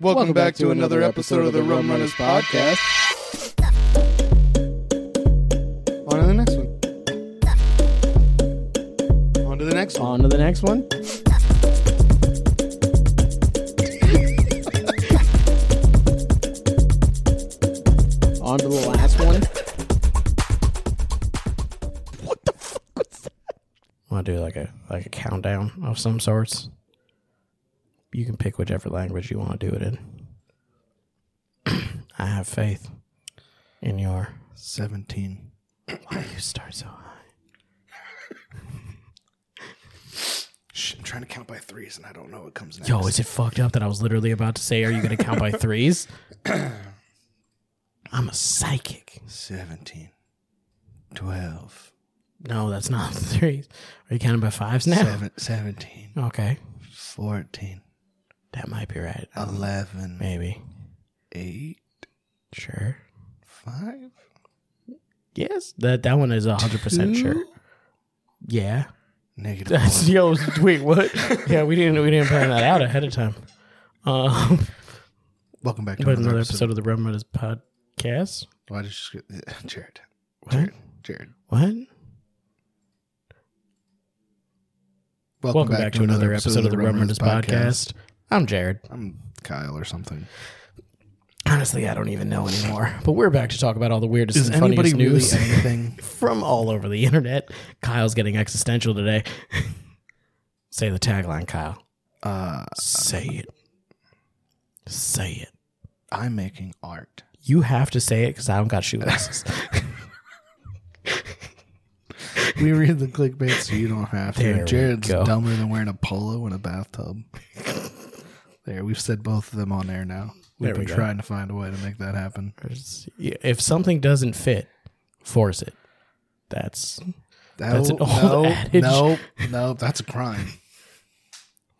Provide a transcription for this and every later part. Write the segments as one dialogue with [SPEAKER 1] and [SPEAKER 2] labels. [SPEAKER 1] Welcome, back, to, another, episode of the Rum Runners Podcast. On to the next one. On to the next one.
[SPEAKER 2] On to the next one. On to the last one. Want to do like a like a countdown of some sorts? You can pick whichever language you want to do it in. I have faith in your.
[SPEAKER 1] 17.
[SPEAKER 2] Why do you start so high?
[SPEAKER 1] Shh, I'm trying to count by threes and I don't know what comes next.
[SPEAKER 2] Yo, is it fucked up that I was literally about to say, "Are you going to count by threes? I'm a psychic.
[SPEAKER 1] 17. 12.
[SPEAKER 2] No, that's not threes. Are you counting by fives now?
[SPEAKER 1] seven- 17.
[SPEAKER 2] Okay,
[SPEAKER 1] 14.
[SPEAKER 2] that might be right.
[SPEAKER 1] 11.
[SPEAKER 2] Maybe.
[SPEAKER 1] 8.
[SPEAKER 2] Sure.
[SPEAKER 1] 5.
[SPEAKER 2] Yes, that that one is hundred percent sure.
[SPEAKER 1] Two?
[SPEAKER 2] Yeah.
[SPEAKER 1] Negative
[SPEAKER 2] That's
[SPEAKER 1] one.
[SPEAKER 2] yo. Wait, what? yeah, we didn't we didn't plan that out ahead of time. Um,
[SPEAKER 1] Welcome back to
[SPEAKER 2] but
[SPEAKER 1] another,
[SPEAKER 2] another
[SPEAKER 1] episode.
[SPEAKER 2] episode of the Rum Runners podcast.
[SPEAKER 1] Why did you just... Jared.
[SPEAKER 2] What?
[SPEAKER 1] Jared.
[SPEAKER 2] What?
[SPEAKER 1] Welcome,
[SPEAKER 2] Welcome back, to another episode of the Rum Runners podcast. I'm Jared.
[SPEAKER 1] I'm Kyle or something.
[SPEAKER 2] Honestly, I don't even know anymore. But we're back to talk about all the weirdest
[SPEAKER 1] Is
[SPEAKER 2] and
[SPEAKER 1] anybody
[SPEAKER 2] funniest
[SPEAKER 1] really
[SPEAKER 2] news
[SPEAKER 1] anything?
[SPEAKER 2] from all over the internet. Kyle's getting existential today. Say the tagline, Kyle.
[SPEAKER 1] Uh,
[SPEAKER 2] Say it. Say it.
[SPEAKER 1] I'm making art.
[SPEAKER 2] You have to say it because I don't got shoelaces.
[SPEAKER 1] We read the clickbait, so you don't have to.
[SPEAKER 2] There we
[SPEAKER 1] Jared's
[SPEAKER 2] go.
[SPEAKER 1] dumber than wearing a polo in a bathtub. there, we've said both of them on air now. We've
[SPEAKER 2] There we
[SPEAKER 1] been
[SPEAKER 2] go.
[SPEAKER 1] trying to find a way to make that happen.
[SPEAKER 2] if something doesn't fit, force it. That's
[SPEAKER 1] No,
[SPEAKER 2] That's an old
[SPEAKER 1] no,
[SPEAKER 2] adage.
[SPEAKER 1] No, no, that's a crime.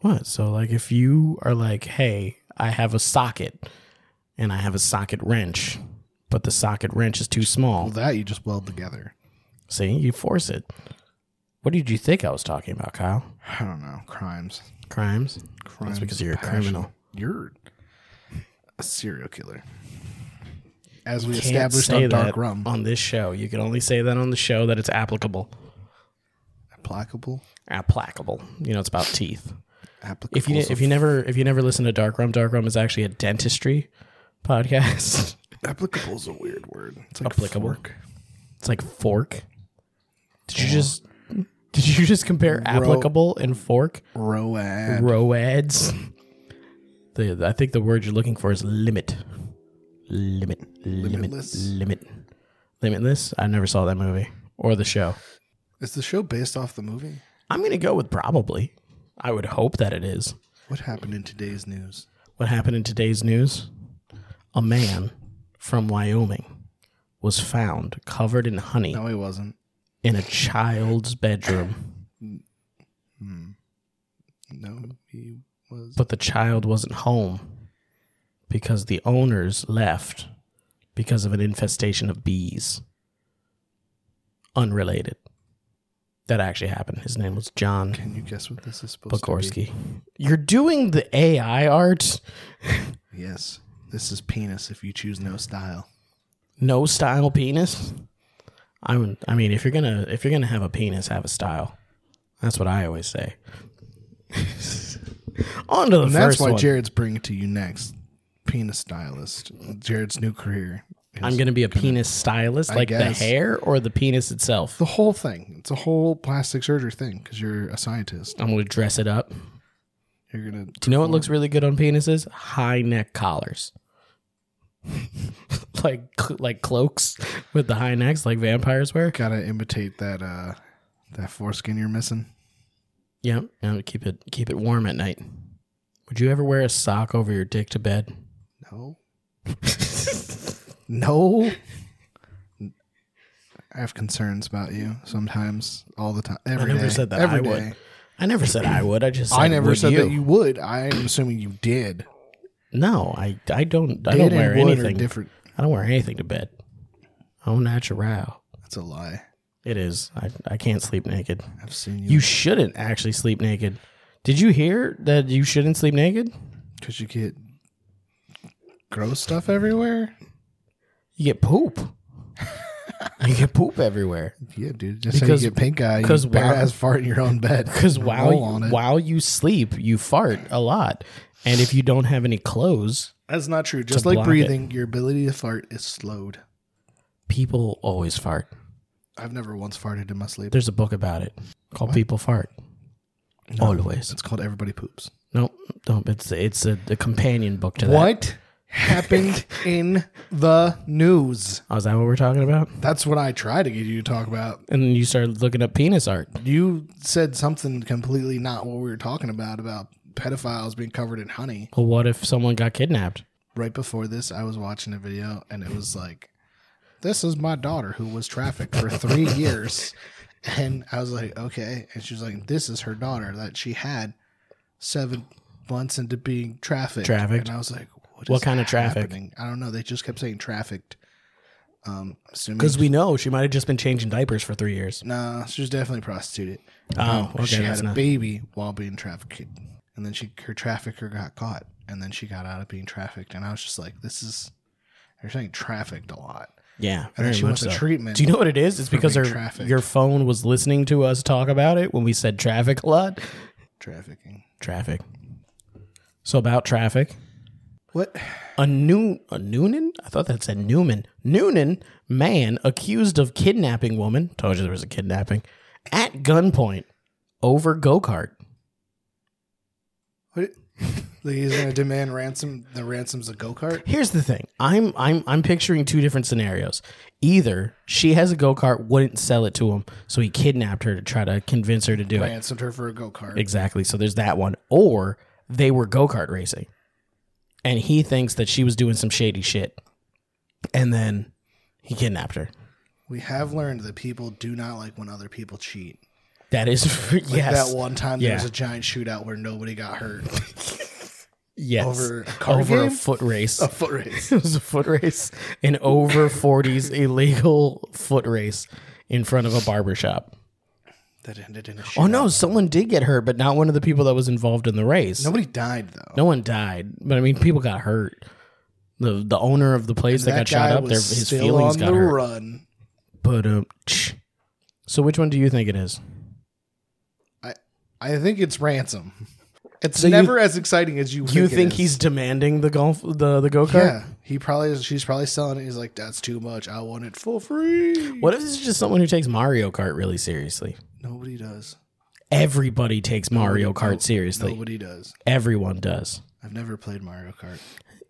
[SPEAKER 2] what. So, like, if you are like, hey, I have a socket and I have a socket wrench, but the socket wrench is too small.
[SPEAKER 1] Well, that you just weld together.
[SPEAKER 2] See, you force it. What did you think I was talking about, Kyle?
[SPEAKER 1] I don't know. Crimes.
[SPEAKER 2] Crimes?
[SPEAKER 1] Crimes.
[SPEAKER 2] because you're a
[SPEAKER 1] passion.
[SPEAKER 2] criminal.
[SPEAKER 1] You're a serial killer. As we
[SPEAKER 2] Can't
[SPEAKER 1] established
[SPEAKER 2] say
[SPEAKER 1] on Dark
[SPEAKER 2] that
[SPEAKER 1] Rum.
[SPEAKER 2] On this show. You can only say that on the show that it's applicable.
[SPEAKER 1] Applicable.
[SPEAKER 2] Applicable. You know, it's about teeth.
[SPEAKER 1] Applicable.
[SPEAKER 2] If you if you never if you never listen to Dark Rum, Dark Rum is actually a dentistry podcast.
[SPEAKER 1] Applicable is a weird word. It's like
[SPEAKER 2] Applicable.
[SPEAKER 1] fork.
[SPEAKER 2] it's like fork. Did you just did you just compare applicable and fork?
[SPEAKER 1] Road.
[SPEAKER 2] Roads. The I think the word you're looking for is limit. Limit. Limit.
[SPEAKER 1] Limitless?
[SPEAKER 2] Limit. Limitless. I never saw that movie or the show.
[SPEAKER 1] Is the show based off the movie?
[SPEAKER 2] I'm gonna go with probably. I would hope that it is.
[SPEAKER 1] What happened in today's news?
[SPEAKER 2] What happened in today's news? A man from Wyoming was found covered in honey
[SPEAKER 1] No, he wasn't.
[SPEAKER 2] in a child's bedroom,
[SPEAKER 1] No, he was.
[SPEAKER 2] but the child wasn't home because the owners left because of an infestation of bees. Unrelated. That actually happened. His name was John
[SPEAKER 1] Can you guess what this is supposed to
[SPEAKER 2] Pogorsky. You're doing the AI art.
[SPEAKER 1] be? Yes. This is penis if you choose no style.
[SPEAKER 2] no style penis. I would. I mean, if you're gonna if you're gonna have a penis, have a style. That's what I always say. On to the
[SPEAKER 1] And
[SPEAKER 2] first
[SPEAKER 1] that's why
[SPEAKER 2] one.
[SPEAKER 1] Jared's bringing it to you next. Penis stylist. Jared's new career. is
[SPEAKER 2] I'm gonna be a penis stylist, like the
[SPEAKER 1] guess.
[SPEAKER 2] hair or the penis itself.
[SPEAKER 1] the whole thing. It's a whole plastic surgery thing because you're a scientist.
[SPEAKER 2] I'm gonna dress it up. Do
[SPEAKER 1] You're gonna.
[SPEAKER 2] you know what looks really good on penises? High neck collars, like like cloaks with the high necks, like vampires wear.
[SPEAKER 1] gotta imitate that uh that foreskin you're missing.
[SPEAKER 2] Yeah, yeah. Keep it keep it warm at night. Would you ever wear a sock over your dick to bed?
[SPEAKER 1] No. no. I have concerns about you sometimes, all the time, every day.
[SPEAKER 2] never said that
[SPEAKER 1] every
[SPEAKER 2] I would.
[SPEAKER 1] day.
[SPEAKER 2] I never said I would. I just said,
[SPEAKER 1] I never
[SPEAKER 2] would
[SPEAKER 1] said
[SPEAKER 2] you?
[SPEAKER 1] that you would. I'm assuming you did.
[SPEAKER 2] No, I I don't I
[SPEAKER 1] Did
[SPEAKER 2] don't wear
[SPEAKER 1] and would are
[SPEAKER 2] anything.
[SPEAKER 1] different.
[SPEAKER 2] I don't wear anything to bed. Au natural.
[SPEAKER 1] That's a lie.
[SPEAKER 2] It is. I I can't sleep naked.
[SPEAKER 1] I've seen
[SPEAKER 2] You
[SPEAKER 1] you
[SPEAKER 2] shouldn't actually sleep naked. Did you hear that you shouldn't sleep naked?
[SPEAKER 1] because you, get grow stuff everywhere?
[SPEAKER 2] You get poop. you get poop everywhere.
[SPEAKER 1] Yeah, dude. Just
[SPEAKER 2] Because-
[SPEAKER 1] say you get pink eye,
[SPEAKER 2] because
[SPEAKER 1] you bare
[SPEAKER 2] wow-
[SPEAKER 1] ass fart in your own bed.
[SPEAKER 2] Because
[SPEAKER 1] and
[SPEAKER 2] while
[SPEAKER 1] roll on
[SPEAKER 2] you,
[SPEAKER 1] it.
[SPEAKER 2] while you sleep, you fart a lot, and if you don't have any clothes,
[SPEAKER 1] that's not true. Just
[SPEAKER 2] to
[SPEAKER 1] like
[SPEAKER 2] block it.
[SPEAKER 1] breathing, your ability to fart is slowed.
[SPEAKER 2] people always fart.
[SPEAKER 1] I've never once farted in my sleep.
[SPEAKER 2] There's a book about it called "People Fart."
[SPEAKER 1] No.
[SPEAKER 2] Always.
[SPEAKER 1] It's called Everybody Poops.
[SPEAKER 2] Nope. Don't. It's it's a, a companion book to that.
[SPEAKER 1] What happened in the news?
[SPEAKER 2] Oh, is that what we're talking about?
[SPEAKER 1] That's what I try to get you to talk about.
[SPEAKER 2] And then you started looking up penis art.
[SPEAKER 1] You said something completely not what we were talking about about pedophiles being covered in honey.
[SPEAKER 2] Well, what if someone got kidnapped?
[SPEAKER 1] right before this, I was watching a video and it was like, This is my daughter who was trafficked for three years. And I was like, Okay. And she was like, This is her daughter that she had seven months into being trafficked.
[SPEAKER 2] Trafficked?
[SPEAKER 1] And I was like, What,
[SPEAKER 2] What
[SPEAKER 1] is
[SPEAKER 2] kind of traffic?
[SPEAKER 1] happening? I don't know. They just kept saying trafficked. Um, assuming.
[SPEAKER 2] Because we know she might have just been changing diapers for three years.
[SPEAKER 1] Nah, she was definitely prostituted.
[SPEAKER 2] Oh, okay,
[SPEAKER 1] She
[SPEAKER 2] that's
[SPEAKER 1] had a
[SPEAKER 2] not-
[SPEAKER 1] baby while being trafficked, and then she her trafficker got caught, and then she got out of being trafficked. And I was just like, this is they're saying trafficked a lot.
[SPEAKER 2] Yeah,
[SPEAKER 1] And
[SPEAKER 2] very
[SPEAKER 1] then she
[SPEAKER 2] much
[SPEAKER 1] went to
[SPEAKER 2] so.
[SPEAKER 1] treatment.
[SPEAKER 2] Do you know what it is? It's because her
[SPEAKER 1] being trafficked.
[SPEAKER 2] your phone was listening to us talk about it when we said traffic a lot.
[SPEAKER 1] trafficking?
[SPEAKER 2] Traffic. So about traffic,
[SPEAKER 1] What?
[SPEAKER 2] a new a Noonan. I thought that said Newman. Noonan man accused of kidnapping woman. Told you there was a kidnapping at gunpoint over go kart.
[SPEAKER 1] What? Like he's gonna demand ransom. The ransom's a go kart.
[SPEAKER 2] Here's the thing. I'm I'm I'm picturing two different scenarios. Either she has a go kart, wouldn't sell it to him, so he kidnapped her to try to convince her to do it.
[SPEAKER 1] Ransomed her for a go kart.
[SPEAKER 2] Exactly. So there's that one. Or they were go kart racing, and he thinks that she was doing some shady shit, and then he kidnapped her.
[SPEAKER 1] We have learned that people do not like when other people cheat.
[SPEAKER 2] That is yes,
[SPEAKER 1] That one time
[SPEAKER 2] Yeah.
[SPEAKER 1] there was a giant shootout where nobody got hurt
[SPEAKER 2] yes.
[SPEAKER 1] over a car
[SPEAKER 2] Over a
[SPEAKER 1] game?
[SPEAKER 2] foot race.
[SPEAKER 1] a foot race.
[SPEAKER 2] it was a foot race, an over 40s illegal foot race in front of a barber shop.
[SPEAKER 1] That ended in a shootout.
[SPEAKER 2] Oh no, someone did get hurt, but not one of the people that was involved in the race.
[SPEAKER 1] Nobody died though.
[SPEAKER 2] No one died, but I mean, people got hurt. The the owner of the place that, got shot up, their, his feelings got hurt.
[SPEAKER 1] run.
[SPEAKER 2] But um, tch. so which one do you think it is?
[SPEAKER 1] I I think it's ransom. It's
[SPEAKER 2] So you-
[SPEAKER 1] never as exciting as you.
[SPEAKER 2] you
[SPEAKER 1] it
[SPEAKER 2] think
[SPEAKER 1] is.
[SPEAKER 2] he's demanding the golf the the go kart?
[SPEAKER 1] yeah? He probably is, she's probably selling it. He's like, that's too much. I want it for free.
[SPEAKER 2] What if this is just someone who takes Mario Kart really seriously?
[SPEAKER 1] Nobody does.
[SPEAKER 2] Everybody takes Mario Kart seriously.
[SPEAKER 1] Nobody does.
[SPEAKER 2] Everyone does.
[SPEAKER 1] I've never played Mario Kart.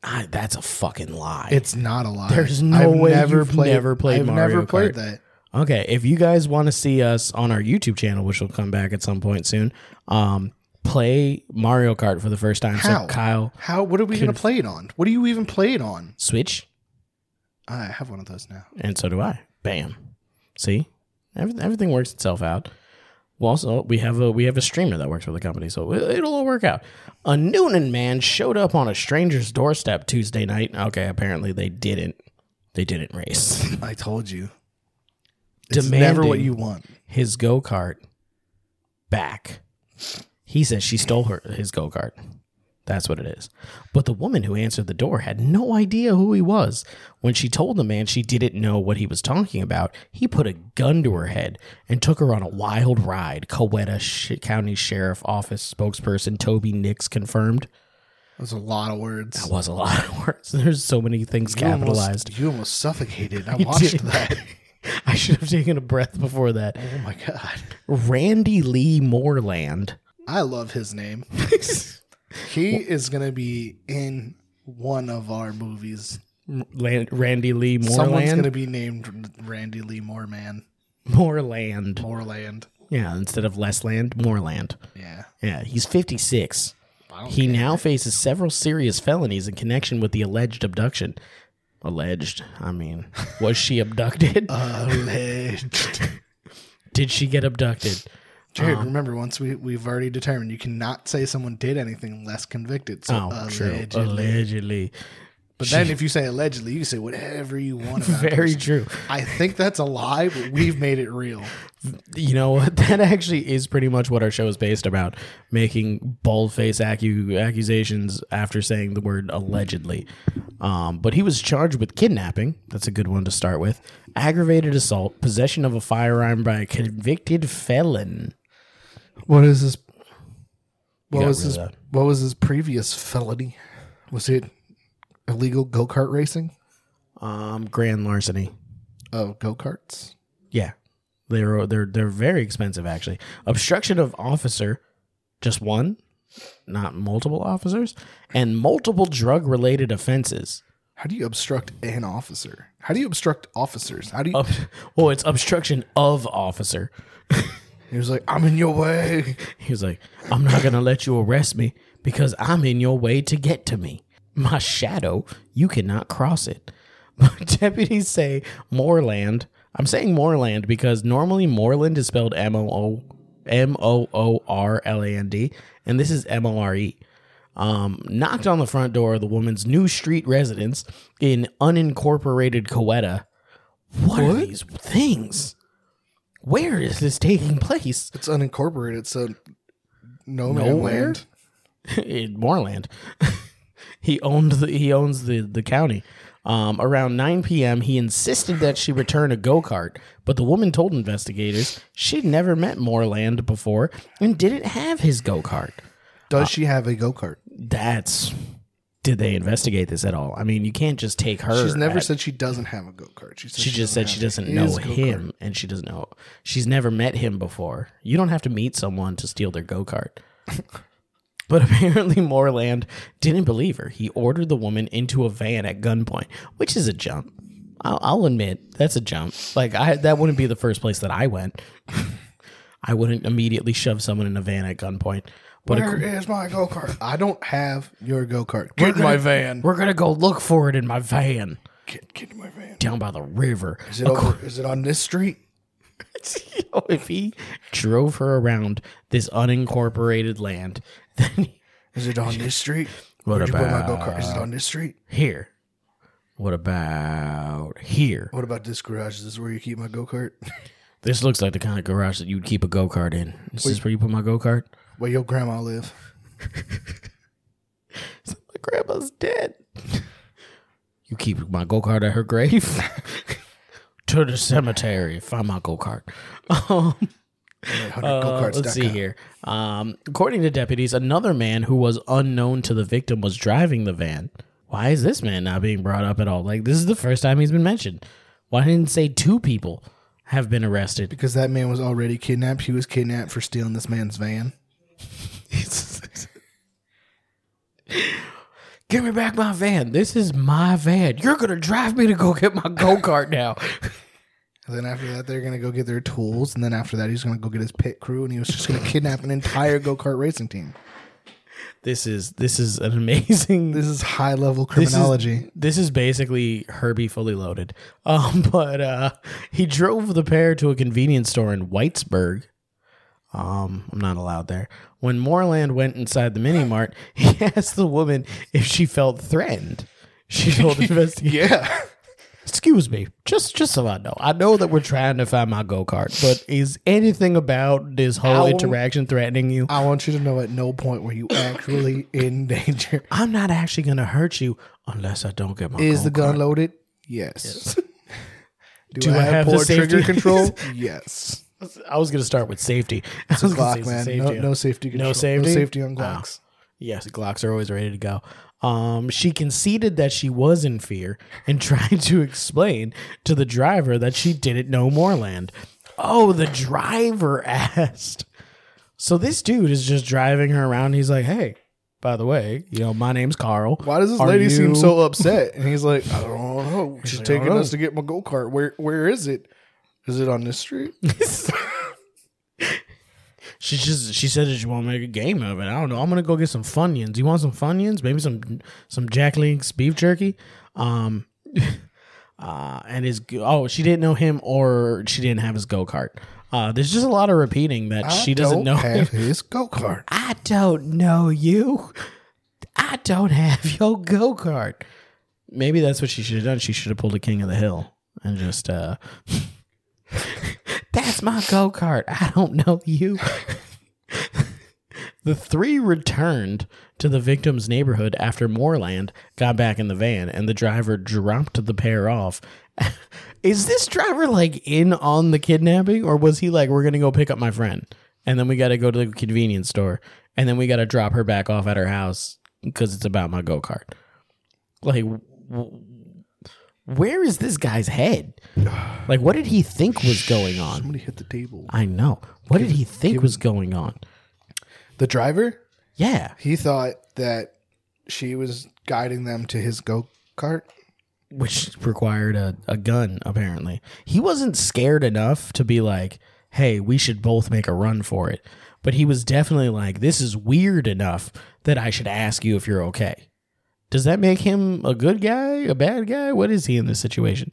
[SPEAKER 2] Ah, that's a fucking lie.
[SPEAKER 1] It's not a lie.
[SPEAKER 2] There's no way you've never played
[SPEAKER 1] I've
[SPEAKER 2] Mario
[SPEAKER 1] never played
[SPEAKER 2] Kart.
[SPEAKER 1] that.
[SPEAKER 2] Okay, if you guys want to see us on our YouTube channel, which will come back at some point soon, um, play Mario Kart for the first time.
[SPEAKER 1] How?
[SPEAKER 2] So Kyle,
[SPEAKER 1] How? What are we gonna play it on? What do you even play it on?
[SPEAKER 2] Switch,
[SPEAKER 1] I have one of those now.
[SPEAKER 2] and so do I. Bam. See, everything, everything works itself out. Well, also we have a we have a streamer that works for the company, so it- it'll all work out. A Noonan man showed up on a stranger's doorstep Tuesday night. Okay, apparently they didn't. They didn't race.
[SPEAKER 1] I told you. It's never
[SPEAKER 2] Demanding.
[SPEAKER 1] what you want.
[SPEAKER 2] his go kart back. He says she stole her his go kart. That's what it is. But the woman who answered the door had no idea who he was. When she told the man she didn't know what he was talking about, he put a gun to her head and took her on a wild ride. Coweta Sh- County Sheriff Office spokesperson Toby Nix confirmed.
[SPEAKER 1] That's a lot of words.
[SPEAKER 2] That was a lot of words. There's so many things capitalized.
[SPEAKER 1] Almost, you almost suffocated. I watched
[SPEAKER 2] did.
[SPEAKER 1] that.
[SPEAKER 2] I should have taken a breath before that.
[SPEAKER 1] Oh my god.
[SPEAKER 2] Randy Lee Moreland.
[SPEAKER 1] I love his name. He is gonna be in one of our movies.
[SPEAKER 2] Lan- Randy Lee
[SPEAKER 1] Someone's
[SPEAKER 2] Moreland.
[SPEAKER 1] gonna be named Randy Lee Moorman.
[SPEAKER 2] Moreland.
[SPEAKER 1] Moorland.
[SPEAKER 2] Yeah, instead of less land, Moreland.
[SPEAKER 1] Yeah.
[SPEAKER 2] Yeah, he's 56.
[SPEAKER 1] I don't
[SPEAKER 2] He now faces several serious felonies in connection with the alleged abduction. Alleged. I mean, was she abducted?
[SPEAKER 1] Uh, Alleged.
[SPEAKER 2] Did she get abducted?
[SPEAKER 1] Jared, remember once we we've already determined you cannot say someone did anything less convicted. So
[SPEAKER 2] Oh, true.
[SPEAKER 1] uh, allegedly.
[SPEAKER 2] Allegedly.
[SPEAKER 1] But then if you say allegedly, you can say whatever you want about that
[SPEAKER 2] Very
[SPEAKER 1] person.
[SPEAKER 2] true.
[SPEAKER 1] I think that's a lie, but we've made it real.
[SPEAKER 2] You know what? That actually is pretty much what our show is based about making bald face accu- accusations after saying the word allegedly. Um, but he was charged with kidnapping. That's a good one to start with. Aggravated assault, possession of a firearm by a convicted felon.
[SPEAKER 1] What is this? What
[SPEAKER 2] got
[SPEAKER 1] was
[SPEAKER 2] rid of
[SPEAKER 1] his?
[SPEAKER 2] that.
[SPEAKER 1] What was his previous felony? Was it illegal go kart racing?
[SPEAKER 2] Um, grand larceny.
[SPEAKER 1] Oh, go karts.
[SPEAKER 2] Yeah, they're they're they're very expensive actually. Obstruction of officer, just one, not multiple officers, and multiple drug related offenses.
[SPEAKER 1] How do you obstruct an officer? How do you obstruct officers? How do you?
[SPEAKER 2] Ob- well, it's obstruction of officer.
[SPEAKER 1] He was like, "I'm in your way."
[SPEAKER 2] He was like, "I'm not gonna let you arrest me because I'm in your way to get to me. My shadow, you cannot cross it." Deputies say Moreland. I'm saying Moreland because normally Moreland is spelled M O O M O O R L A N D, and this is M O R E. Um, knocked on the front door of the woman's new street residence in unincorporated Coweta. What, are
[SPEAKER 1] What?
[SPEAKER 2] these things? Where is this taking place?
[SPEAKER 1] It's unincorporated, so no man
[SPEAKER 2] Nowhere?
[SPEAKER 1] land.
[SPEAKER 2] in Moreland. he owned the he owns the the county. Um, around 9 p.m., he insisted that she return a go kart, but the woman told investigators she'd never met Moreland before and didn't have his go kart.
[SPEAKER 1] Does she have a go kart?
[SPEAKER 2] That's did they investigate this at all? I mean, you can't just take her.
[SPEAKER 1] She's never
[SPEAKER 2] at-
[SPEAKER 1] said she doesn't have a go kart. She, said
[SPEAKER 2] she just
[SPEAKER 1] doesn't
[SPEAKER 2] said she
[SPEAKER 1] have
[SPEAKER 2] doesn't
[SPEAKER 1] his
[SPEAKER 2] know
[SPEAKER 1] go-kart.
[SPEAKER 2] him and she doesn't know. She's never met him before. You don't have to meet someone to steal their go kart. but apparently, Moreland didn't believe her. He ordered the woman into a van at gunpoint, which is a jump. I'll, I'll admit that's a jump. Like I, that wouldn't be the first place that I went. I wouldn't immediately shove someone in a van at gunpoint. But ac-
[SPEAKER 1] Where is my go kart? I don't have your go kart. Get in my van.
[SPEAKER 2] we're gonna go look for it in my van
[SPEAKER 1] Get, get in my van.
[SPEAKER 2] down by the river.
[SPEAKER 1] Is it, over, is it on this street?
[SPEAKER 2] You know, if he drove her around this unincorporated land, then he-
[SPEAKER 1] Is it on this street?
[SPEAKER 2] What
[SPEAKER 1] Where'd you put my
[SPEAKER 2] about-
[SPEAKER 1] go kart? Is it on this street?
[SPEAKER 2] here. What about here?
[SPEAKER 1] What about this garage? Is this where you keep my go kart?
[SPEAKER 2] This looks like the kind of garage that you'd keep a go kart in. Is this where you put my go kart?
[SPEAKER 1] Where your grandma live?
[SPEAKER 2] My grandma's dead. You keep my go kart at her grave? to the cemetery. Find my go kart. Um, Uh,
[SPEAKER 1] go
[SPEAKER 2] let's see here. Um, according to deputies, another man who was unknown to the victim was driving the van. Why is this man not being brought up at all? Like this is the first time he's been mentioned. Why didn't it say two people have been arrested?
[SPEAKER 1] Because that man was already kidnapped. He was kidnapped for stealing this man's van.
[SPEAKER 2] Give me back my van. This is my van. You're gonna drive me to go get my go kart now.
[SPEAKER 1] And then after that, they're gonna go get their tools. And then after that, he's gonna go get his pit crew, and he was just gonna kidnap an entire go kart racing team.
[SPEAKER 2] this is this is an amazing.
[SPEAKER 1] This is high level
[SPEAKER 2] This is-
[SPEAKER 1] criminology.
[SPEAKER 2] This is basically Herbie fully loaded. Um, but uh, he drove the pair to a convenience store in Whitesburg. Um, I'm not allowed there. When Moreland went inside the mini mart, he asked the woman if she felt threatened. She told investigators,
[SPEAKER 1] yeah,
[SPEAKER 2] "Excuse me, just just so I know, I know that we're trying to find my go kart, but is anything about this whole
[SPEAKER 1] Ow.
[SPEAKER 2] interaction threatening you?
[SPEAKER 1] I want you to know at no point were you actually in danger.
[SPEAKER 2] I'm not actually gonna hurt you unless I don't get my
[SPEAKER 1] Is
[SPEAKER 2] go-kart.
[SPEAKER 1] the gun loaded? Yes. Do,
[SPEAKER 2] Do
[SPEAKER 1] I,
[SPEAKER 2] I
[SPEAKER 1] have,
[SPEAKER 2] have the
[SPEAKER 1] poor trigger
[SPEAKER 2] safety?
[SPEAKER 1] control? yes.
[SPEAKER 2] I was gonna start with safety. I was gonna say
[SPEAKER 1] Glock
[SPEAKER 2] it's a
[SPEAKER 1] man,
[SPEAKER 2] safety
[SPEAKER 1] no,
[SPEAKER 2] on-
[SPEAKER 1] no safety control.
[SPEAKER 2] safety?
[SPEAKER 1] on Glocks.
[SPEAKER 2] Yes, Glocks are always ready to go. Um, she conceded that she was in fear and tried to explain to the driver that she didn't know Moreland. Oh, the driver asked. So this dude is just driving her around. He's like, "Hey, by the way, you know my name's Carl.
[SPEAKER 1] Why does this
[SPEAKER 2] Are
[SPEAKER 1] lady seem
[SPEAKER 2] you-
[SPEAKER 1] so upset? And he's like, I don't know. She's
[SPEAKER 2] like, I
[SPEAKER 1] taking
[SPEAKER 2] don't
[SPEAKER 1] us to get my go kart. Where where is it? Is it on this street?
[SPEAKER 2] She just she said that she want to make a game of it. I don't know. I'm gonna go get some funyuns. You want some funyuns? Maybe some some Jack Link's beef jerky. Um, uh, and his oh she didn't know him or she didn't have his go kart. Uh, there's just a lot of repeating that she
[SPEAKER 1] Don't
[SPEAKER 2] doesn't know.
[SPEAKER 1] Have his go kart.
[SPEAKER 2] I don't know you. I don't have your go kart. Maybe that's what she should have done. She should have pulled a King of the Hill and just, uh, that's my go kart. I don't know you. the three returned to the victim's neighborhood after Moreland got back in the van and the driver dropped the pair off. Is this driver like in on the kidnapping or was he like, we're going to go pick up my friend and then we got to go to the convenience store and then we got to drop her back off at her house because it's about my go kart? Like, w- where is this guy's head? Like, what did he think was going on?
[SPEAKER 1] Somebody hit the table.
[SPEAKER 2] I know. What did he think was going on?
[SPEAKER 1] The driver,
[SPEAKER 2] Yeah.
[SPEAKER 1] he thought that she was guiding them to his go kart.
[SPEAKER 2] Which required a, a gun, apparently. He wasn't scared enough to be like, hey, we should both make a run for it. But he was definitely like, this is weird enough that I should ask you if you're okay. Does that make him a good guy, a bad guy? What is he in this situation?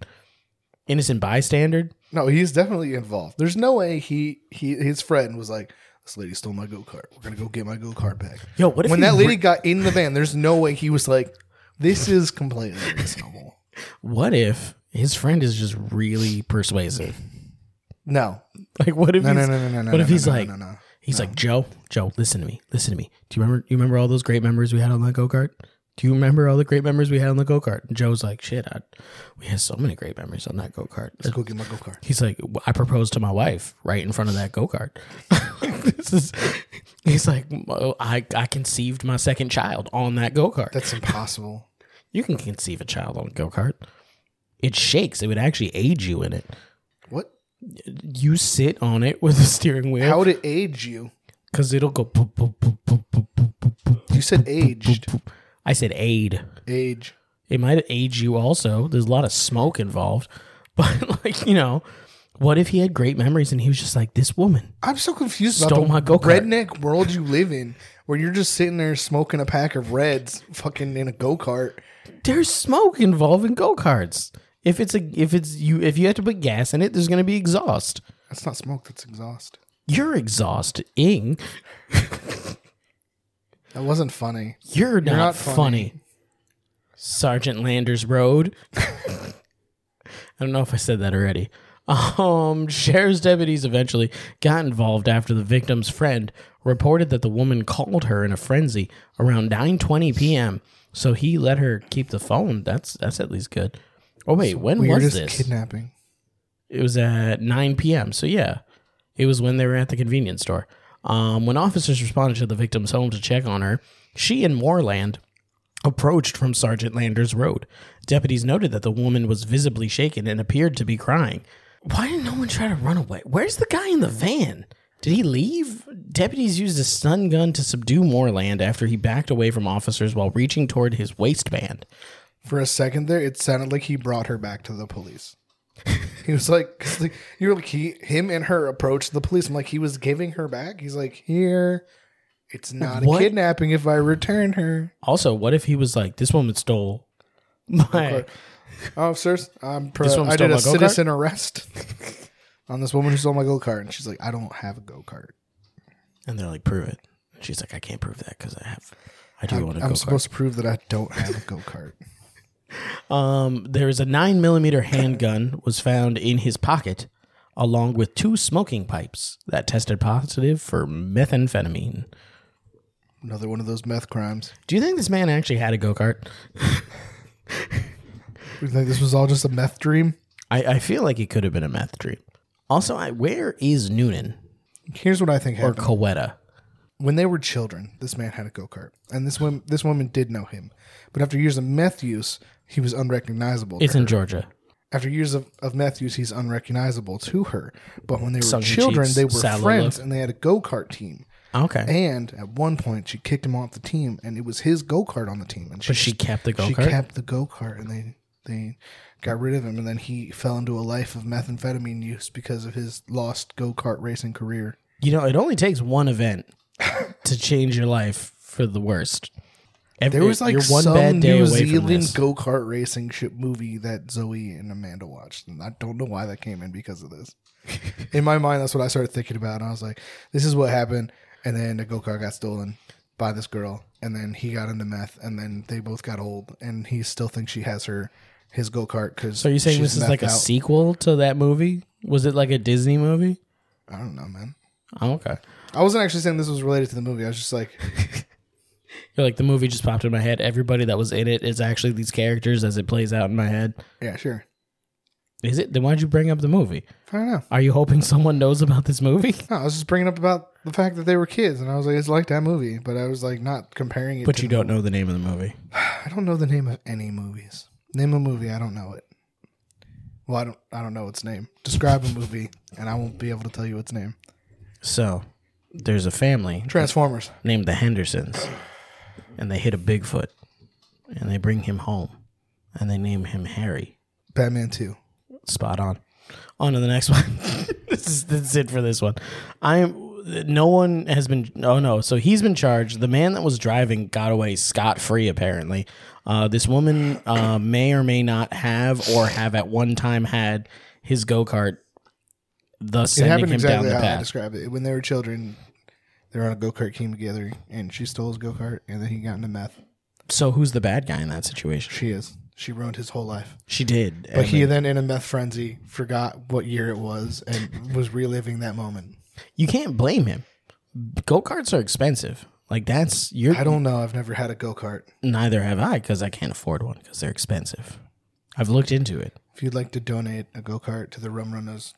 [SPEAKER 2] Innocent bystander?
[SPEAKER 1] No, he's definitely involved. There's no way he, he his friend was like, "This lady stole my go kart. We're gonna go get my go kart back."
[SPEAKER 2] Yo, what if
[SPEAKER 1] when
[SPEAKER 2] he
[SPEAKER 1] that
[SPEAKER 2] re-
[SPEAKER 1] lady got in the van, there's no way he was like, "This is completely reasonable."
[SPEAKER 2] what if his friend is just really persuasive?
[SPEAKER 1] No,
[SPEAKER 2] Like what if
[SPEAKER 1] no, no,
[SPEAKER 2] he's,
[SPEAKER 1] no, no, no. no,
[SPEAKER 2] what if
[SPEAKER 1] no,
[SPEAKER 2] he's
[SPEAKER 1] no,
[SPEAKER 2] like
[SPEAKER 1] no, no, no.
[SPEAKER 2] He's like, Joe, Joe, listen to me. Listen to me. Do you remember you remember all those great memories we had on that go-kart? Do you remember all the great memories we had on the go-kart? And Joe's like, shit, I, we had so many great memories on that go-kart.
[SPEAKER 1] Let's go get my go kart.
[SPEAKER 2] He's like, "W- I proposed to my wife right in front of that go-kart. this is He's like, "Well, I, I conceived my second child on that go-kart.
[SPEAKER 1] That's impossible.
[SPEAKER 2] you can conceive a child on a go-kart. It shakes. It would actually aid you in it.
[SPEAKER 1] What?
[SPEAKER 2] You sit on it with a steering wheel.
[SPEAKER 1] How would it age you?
[SPEAKER 2] Because it'll go. Boop, boop, boop, boop, boop, boop, boop, boop,
[SPEAKER 1] You said aged.
[SPEAKER 2] boop. I said aid.
[SPEAKER 1] Age.
[SPEAKER 2] It might age you also. There's a lot of smoke involved. But, like, you know, what if he had great memories and he was just like, this woman?
[SPEAKER 1] I'm so confused about
[SPEAKER 2] Stole
[SPEAKER 1] the
[SPEAKER 2] my go-kart.
[SPEAKER 1] redneck world you live in, where you're just sitting there smoking a pack of Reds, fucking in a go kart.
[SPEAKER 2] There's smoke involved in go karts. If it's a, if it's you, if you have to put gas in it, there's going to be exhaust.
[SPEAKER 1] That's not smoke. That's exhaust.
[SPEAKER 2] You're exhausting.
[SPEAKER 1] That wasn't funny.
[SPEAKER 2] You're, not,
[SPEAKER 1] not
[SPEAKER 2] funny.
[SPEAKER 1] funny.
[SPEAKER 2] Sergeant Landers Road. I don't know if I said that already. Um, sheriff's deputies eventually got involved after the victim's friend reported that the woman called her in a frenzy around 9:20 p.m. So he let her keep the phone. That's that's at least good. Oh wait, when was
[SPEAKER 1] Weirdest
[SPEAKER 2] this?
[SPEAKER 1] kidnapping.
[SPEAKER 2] It was at 9 p.m. So yeah, it was when they were at the convenience store. Um, when officers responded to the victim's home to check on her, she and Moreland approached from Sergeant Landers Road. Deputies noted that the woman was visibly shaken and appeared to be crying. Why didn't no one try to run away? Where's the guy in the van? Did he leave? Deputies used a stun gun to subdue Moreland after he backed away from officers while reaching toward his waistband.
[SPEAKER 1] For a second there, it sounded like he brought her back to the police. he was like, 'cause, like, you were like he, him and her approached the police. I'm like, he was giving her back. He's like, here, it's not
[SPEAKER 2] What?
[SPEAKER 1] a kidnapping if I return her.
[SPEAKER 2] Also, what if he was like, this woman stole my.
[SPEAKER 1] Officers, I'm pro-
[SPEAKER 2] This woman
[SPEAKER 1] I
[SPEAKER 2] stole
[SPEAKER 1] did a
[SPEAKER 2] my go-kart?
[SPEAKER 1] citizen arrest on this woman who stole my go kart, and she's like, I don't have a go kart.
[SPEAKER 2] And they're like, prove it. And she's like, I can't prove that because I have, I do
[SPEAKER 1] I'm,
[SPEAKER 2] want to
[SPEAKER 1] I'm
[SPEAKER 2] go
[SPEAKER 1] supposed to prove that I don't have a go kart.
[SPEAKER 2] Um, there is a nine millimeter handgun was found in his pocket, along with two smoking pipes that tested positive for methamphetamine.
[SPEAKER 1] Another one of those meth crimes.
[SPEAKER 2] Do you think this man actually had a go kart?
[SPEAKER 1] You think this was all just a meth dream?
[SPEAKER 2] I, I feel like it could have been a meth dream. Also, I, where is Noonan
[SPEAKER 1] Here's what I think
[SPEAKER 2] or
[SPEAKER 1] happened.
[SPEAKER 2] Coweta?
[SPEAKER 1] when they were children, this man had a go kart, and this woman this woman did know him. But after years of meth use, he was unrecognizable. to
[SPEAKER 2] It's in Georgia.
[SPEAKER 1] after years of, of Matthews, he's unrecognizable to her. But when they were
[SPEAKER 2] Sunken
[SPEAKER 1] children,
[SPEAKER 2] cheeks,
[SPEAKER 1] they were
[SPEAKER 2] sallow
[SPEAKER 1] friends and they had a go kart team.
[SPEAKER 2] Okay,
[SPEAKER 1] And at one point, she kicked him off the team, and it was his go kart on the team. And she,
[SPEAKER 2] but she kept the go
[SPEAKER 1] she
[SPEAKER 2] kart.
[SPEAKER 1] kept the go kart, and they they got rid of him. And then he fell into a life of methamphetamine use because of his lost go kart racing career.
[SPEAKER 2] You know, it only takes one event to change your life for the worst. Every,
[SPEAKER 1] There was like
[SPEAKER 2] you're
[SPEAKER 1] some New
[SPEAKER 2] away from
[SPEAKER 1] Zealand
[SPEAKER 2] this.
[SPEAKER 1] go kart racing ship movie that Zoe and Amanda watched, and I don't know why that came in because of this. in my mind, that's what I started thinking about, and I was like, "This is what happened." And then the go kart got stolen. by this girl, and then he got into meth, and then they both got old, and he still thinks she has her his go kart because.
[SPEAKER 2] So you're saying this is like a sequel to that movie? Was it like a Disney movie?
[SPEAKER 1] I don't know, man.
[SPEAKER 2] Oh, okay.
[SPEAKER 1] I wasn't actually saying this was related to the movie. I was just like,
[SPEAKER 2] You're like the movie just popped in my head. Everybody that was in it is actually these characters as it plays out in my head.
[SPEAKER 1] yeah, sure.
[SPEAKER 2] Is it? Then why'd you bring up the movie?
[SPEAKER 1] I don't know.
[SPEAKER 2] Are you hoping someone knows about this movie?
[SPEAKER 1] No, I was just bringing up about the fact that they were kids, and I was like, it's like that movie, but I was like not comparing it.
[SPEAKER 2] But
[SPEAKER 1] to
[SPEAKER 2] you
[SPEAKER 1] the-
[SPEAKER 2] don't know the name of the movie.
[SPEAKER 1] I don't know the name of any movies. Name a movie, I don't know it. Well, I don't. I don't know its name. Describe a movie, and I won't be able to tell you its name.
[SPEAKER 2] So there's a family
[SPEAKER 1] Transformers.
[SPEAKER 2] named the Hendersons, and they hit a Bigfoot, and they bring him home, and they name him Harry.
[SPEAKER 1] Batman Two.
[SPEAKER 2] Spot on. On to the next one. this, is, this is it for this one. I am. No one has been. Oh no! So he's been charged. The man that was driving got away scot free. Apparently, uh, this woman uh, may or may not have or have at one time had his go kart. Thus,
[SPEAKER 1] It
[SPEAKER 2] sending
[SPEAKER 1] happened
[SPEAKER 2] him down
[SPEAKER 1] exactly
[SPEAKER 2] the
[SPEAKER 1] how I
[SPEAKER 2] path.
[SPEAKER 1] described it. When they were children, they were on a go kart team together, and she stole his go kart, and then he got into meth.
[SPEAKER 2] So who's the bad guy in that situation?
[SPEAKER 1] She is. She ruined his whole life.
[SPEAKER 2] She did.
[SPEAKER 1] But
[SPEAKER 2] and
[SPEAKER 1] he then, in a meth frenzy, forgot what year it was and was reliving that moment.
[SPEAKER 2] you can't blame him. Go karts are expensive. Like that's you're
[SPEAKER 1] I don't know. I've never had a go kart.
[SPEAKER 2] neither have I because I can't afford one because they're expensive. I've looked into it.
[SPEAKER 1] If you'd like to donate a go kart to the Rum Runners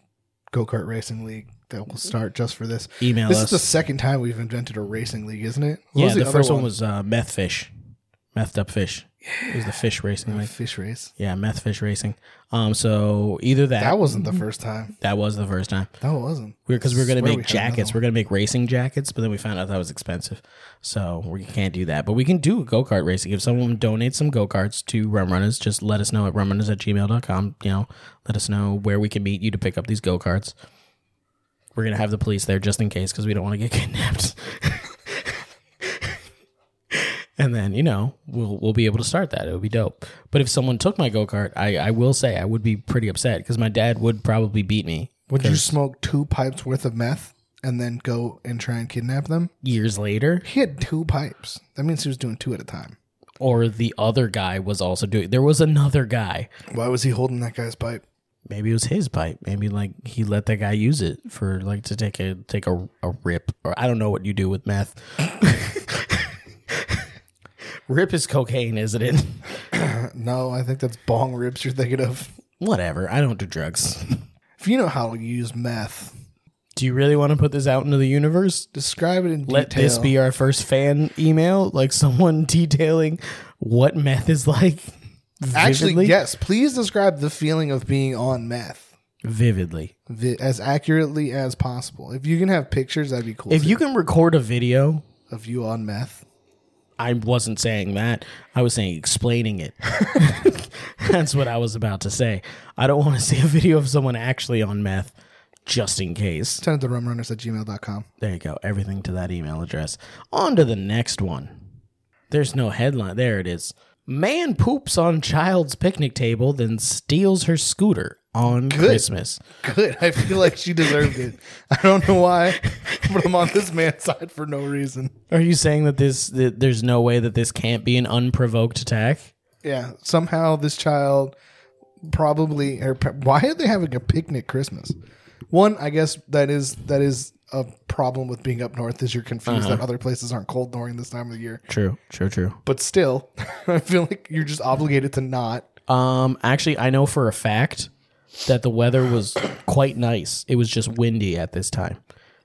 [SPEAKER 1] Go Kart Racing League, that will start just for this.
[SPEAKER 2] Email
[SPEAKER 1] This
[SPEAKER 2] us.
[SPEAKER 1] is the second time we've invented a racing league, isn't it? What
[SPEAKER 2] yeah, the,
[SPEAKER 1] other
[SPEAKER 2] first one, was uh, meth fish, methed up fish. It was the fish racing. Like,
[SPEAKER 1] fish race.
[SPEAKER 2] yeah, meth fish racing. Um, so either that that
[SPEAKER 1] That
[SPEAKER 2] was,
[SPEAKER 1] wasn't the first time.
[SPEAKER 2] the first time
[SPEAKER 1] That wasn't.
[SPEAKER 2] because we Mm-hmm.
[SPEAKER 1] Swear we
[SPEAKER 2] were gonna make
[SPEAKER 1] had another
[SPEAKER 2] jackets. We're gonna make racing jackets, but then we found out that was expensive, so we can't do that. But we can do go kart racing. If someone donates some go karts to Rum Runners, just let us know at rumrunners at gmail.com. You know, let us know where we can meet you to pick up these go karts. We're gonna have the police there just in case because we don't want to get kidnapped. and then you know we'll we'll be able to start that. It would be dope. But if someone took my go kart, I I will say I would be pretty upset because my dad would probably beat me.
[SPEAKER 1] Would you smoke two pipes worth of meth and then go and try and kidnap them?
[SPEAKER 2] years later
[SPEAKER 1] He had two pipes. That means he was doing two at a time.
[SPEAKER 2] or the other guy was also doing there was another guy
[SPEAKER 1] Why was he holding that guy's pipe?
[SPEAKER 2] maybe it was his pipe maybe like he let that guy use it for like to take a take a, a rip or i don't know what you do with meth rip is cocaine isn't it
[SPEAKER 1] No, I think that's bong ribs you're thinking of.
[SPEAKER 2] whatever i don't do drugs
[SPEAKER 1] If you know how to use meth,
[SPEAKER 2] do you really want to put this out into the universe
[SPEAKER 1] describe it in
[SPEAKER 2] let
[SPEAKER 1] detail.
[SPEAKER 2] this be our first fan email like someone detailing what meth is like
[SPEAKER 1] Actually,
[SPEAKER 2] vividly?
[SPEAKER 1] yes. Please describe the feeling of being on meth
[SPEAKER 2] vividly
[SPEAKER 1] vi- as accurately as possible. If you can have pictures, that'd be cool.
[SPEAKER 2] if
[SPEAKER 1] too,
[SPEAKER 2] you can record a video
[SPEAKER 1] of you on meth,
[SPEAKER 2] I wasn't saying that. I was saying explaining it. That's what I was about to say. I don't want to see a video of someone actually on meth just in case.
[SPEAKER 1] send it to rumrunners at gmail.com.
[SPEAKER 2] There you go. Everything to that email address. On to the next one. There's no headline. There it is. Man poops on child's picnic table, then steals her scooter on Christmas.
[SPEAKER 1] Good. I feel like she deserved it. I don't know why, but I'm on this man's side for no reason.
[SPEAKER 2] Are you saying that this that there's no way that this can't be an unprovoked attack?
[SPEAKER 1] Yeah. Somehow this child probably or pe- why are they having a picnic Christmas? One, I guess that is that is a problem with being up north is you're confused
[SPEAKER 2] Uh-huh.
[SPEAKER 1] that other places aren't cold during this time of the year.
[SPEAKER 2] True, true, true.
[SPEAKER 1] But still, I feel like you're just obligated to not.
[SPEAKER 2] Um, actually, I know for a fact that the weather was quite nice. It was just windy at this time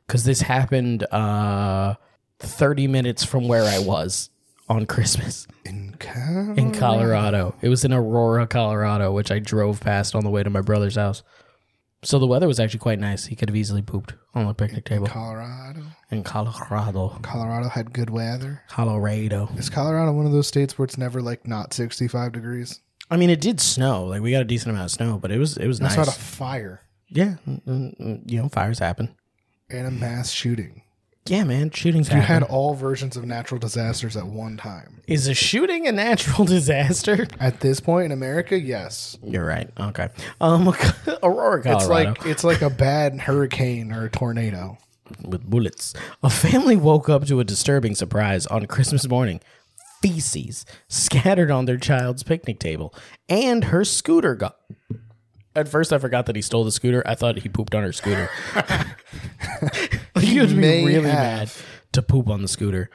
[SPEAKER 2] because this happened uh, 30 minutes from where I was on Christmas
[SPEAKER 1] In Cal-
[SPEAKER 2] in Colorado. It was in Aurora, Colorado, which I drove past on the way to my brother's house. So the weather was actually quite nice. He could have easily pooped on the picnic table
[SPEAKER 1] Colorado.
[SPEAKER 2] in Colorado,
[SPEAKER 1] Colorado had good weather.
[SPEAKER 2] Colorado.
[SPEAKER 1] Is Colorado one of those states where it's never like not 65 degrees?
[SPEAKER 2] I mean, it did snow. Like we got a decent amount of snow, but it was it was
[SPEAKER 1] That's
[SPEAKER 2] nice.
[SPEAKER 1] not a fire
[SPEAKER 2] yeah, mm, mm, mm, you know, fires happen.
[SPEAKER 1] and a mass shooting.
[SPEAKER 2] Yeah, man, shootings
[SPEAKER 1] You
[SPEAKER 2] happen.
[SPEAKER 1] had all versions of natural disasters at one time.
[SPEAKER 2] Is a shooting a natural disaster?
[SPEAKER 1] At this point in America, yes.
[SPEAKER 2] You're right. Okay. Um, Aurora, Colorado.
[SPEAKER 1] It's like it's like a bad hurricane or a tornado.
[SPEAKER 2] with bullets. A family woke up to a disturbing surprise on Christmas morning. Feces scattered on their child's picnic table, and her scooter got. At first, I forgot that he stole the scooter. I thought he pooped on her scooter. like, you have to be
[SPEAKER 1] May
[SPEAKER 2] really mad
[SPEAKER 1] have.
[SPEAKER 2] to poop on the scooter.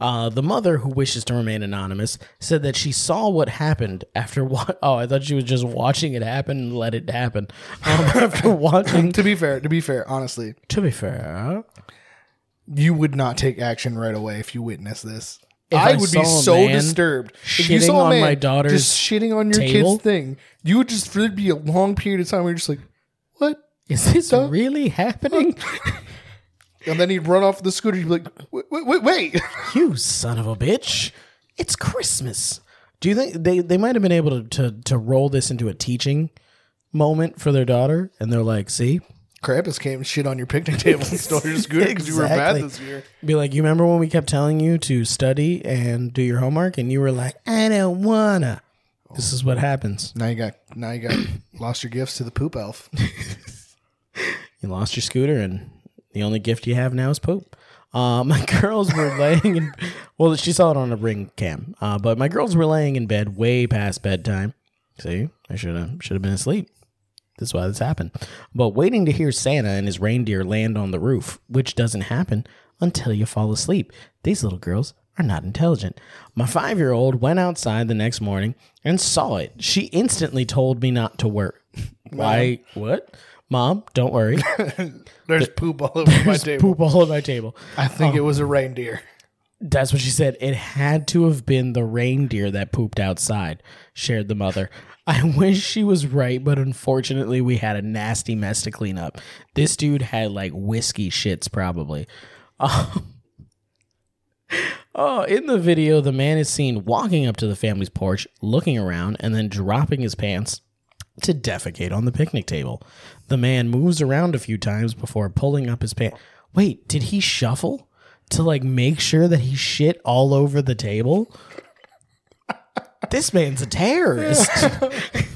[SPEAKER 2] Uh, the mother, who wishes to remain anonymous, said that she saw what happened after what. Oh, I thought she was just watching it happen and let it happen. Um, after watching,
[SPEAKER 1] to be fair, to be fair, honestly,
[SPEAKER 2] to be fair,
[SPEAKER 1] you would not take action right away if you witnessed this.
[SPEAKER 2] If
[SPEAKER 1] I
[SPEAKER 2] I
[SPEAKER 1] would
[SPEAKER 2] saw
[SPEAKER 1] be
[SPEAKER 2] a
[SPEAKER 1] so
[SPEAKER 2] man
[SPEAKER 1] disturbed. If you
[SPEAKER 2] shitting
[SPEAKER 1] saw a
[SPEAKER 2] on
[SPEAKER 1] man
[SPEAKER 2] my daughter's
[SPEAKER 1] just shitting on your
[SPEAKER 2] table?
[SPEAKER 1] kid's thing, you would just there'd be a long period of time where you're just like, what?
[SPEAKER 2] Is this really happening?
[SPEAKER 1] And then he'd run off the scooter. You'd be like, wait, wait, wait, wait.
[SPEAKER 2] you son of a bitch. It's Christmas. Do you think they, they might have been able to, to, to roll this into a teaching moment for their daughter? And they're like, see?
[SPEAKER 1] Krampus came and shit on your picnic table and stole your scooter because you were bad
[SPEAKER 2] Exactly.
[SPEAKER 1] this year.
[SPEAKER 2] Be like, you remember when we kept telling you to study and do your homework? And you were like, I don't wanna. This is what happens.
[SPEAKER 1] Now you got, now you got, lost your gifts to the poop elf.
[SPEAKER 2] You lost your scooter, and the only gift you have now is poop. Uh, my girls were laying in. Well, she saw it on a ring cam. Uh, but my girls were laying in bed way past bedtime. See, I should have should have been asleep. That's why this happened. But waiting to hear Santa and his reindeer land on the roof, which doesn't happen until you fall asleep. These little girls are not intelligent. My five year old went outside the next morning and saw it. She instantly told me not to work. Why? What? Mom, don't worry.
[SPEAKER 1] There's poop all over my table.
[SPEAKER 2] poop all over my table.
[SPEAKER 1] I think it was a reindeer.
[SPEAKER 2] That's what she said. It had to have been the reindeer that pooped outside, shared the mother. I wish she was right, but unfortunately, we had a nasty mess to clean up. This dude had like whiskey shits, probably. Um, oh, in the video, the man is seen walking up to the family's porch, looking around, and then dropping his pants to defecate on the picnic table. The man moves around a few times before pulling up his pants. Wait, did he shuffle to like make sure that he shit all over the table? this man's a terrorist.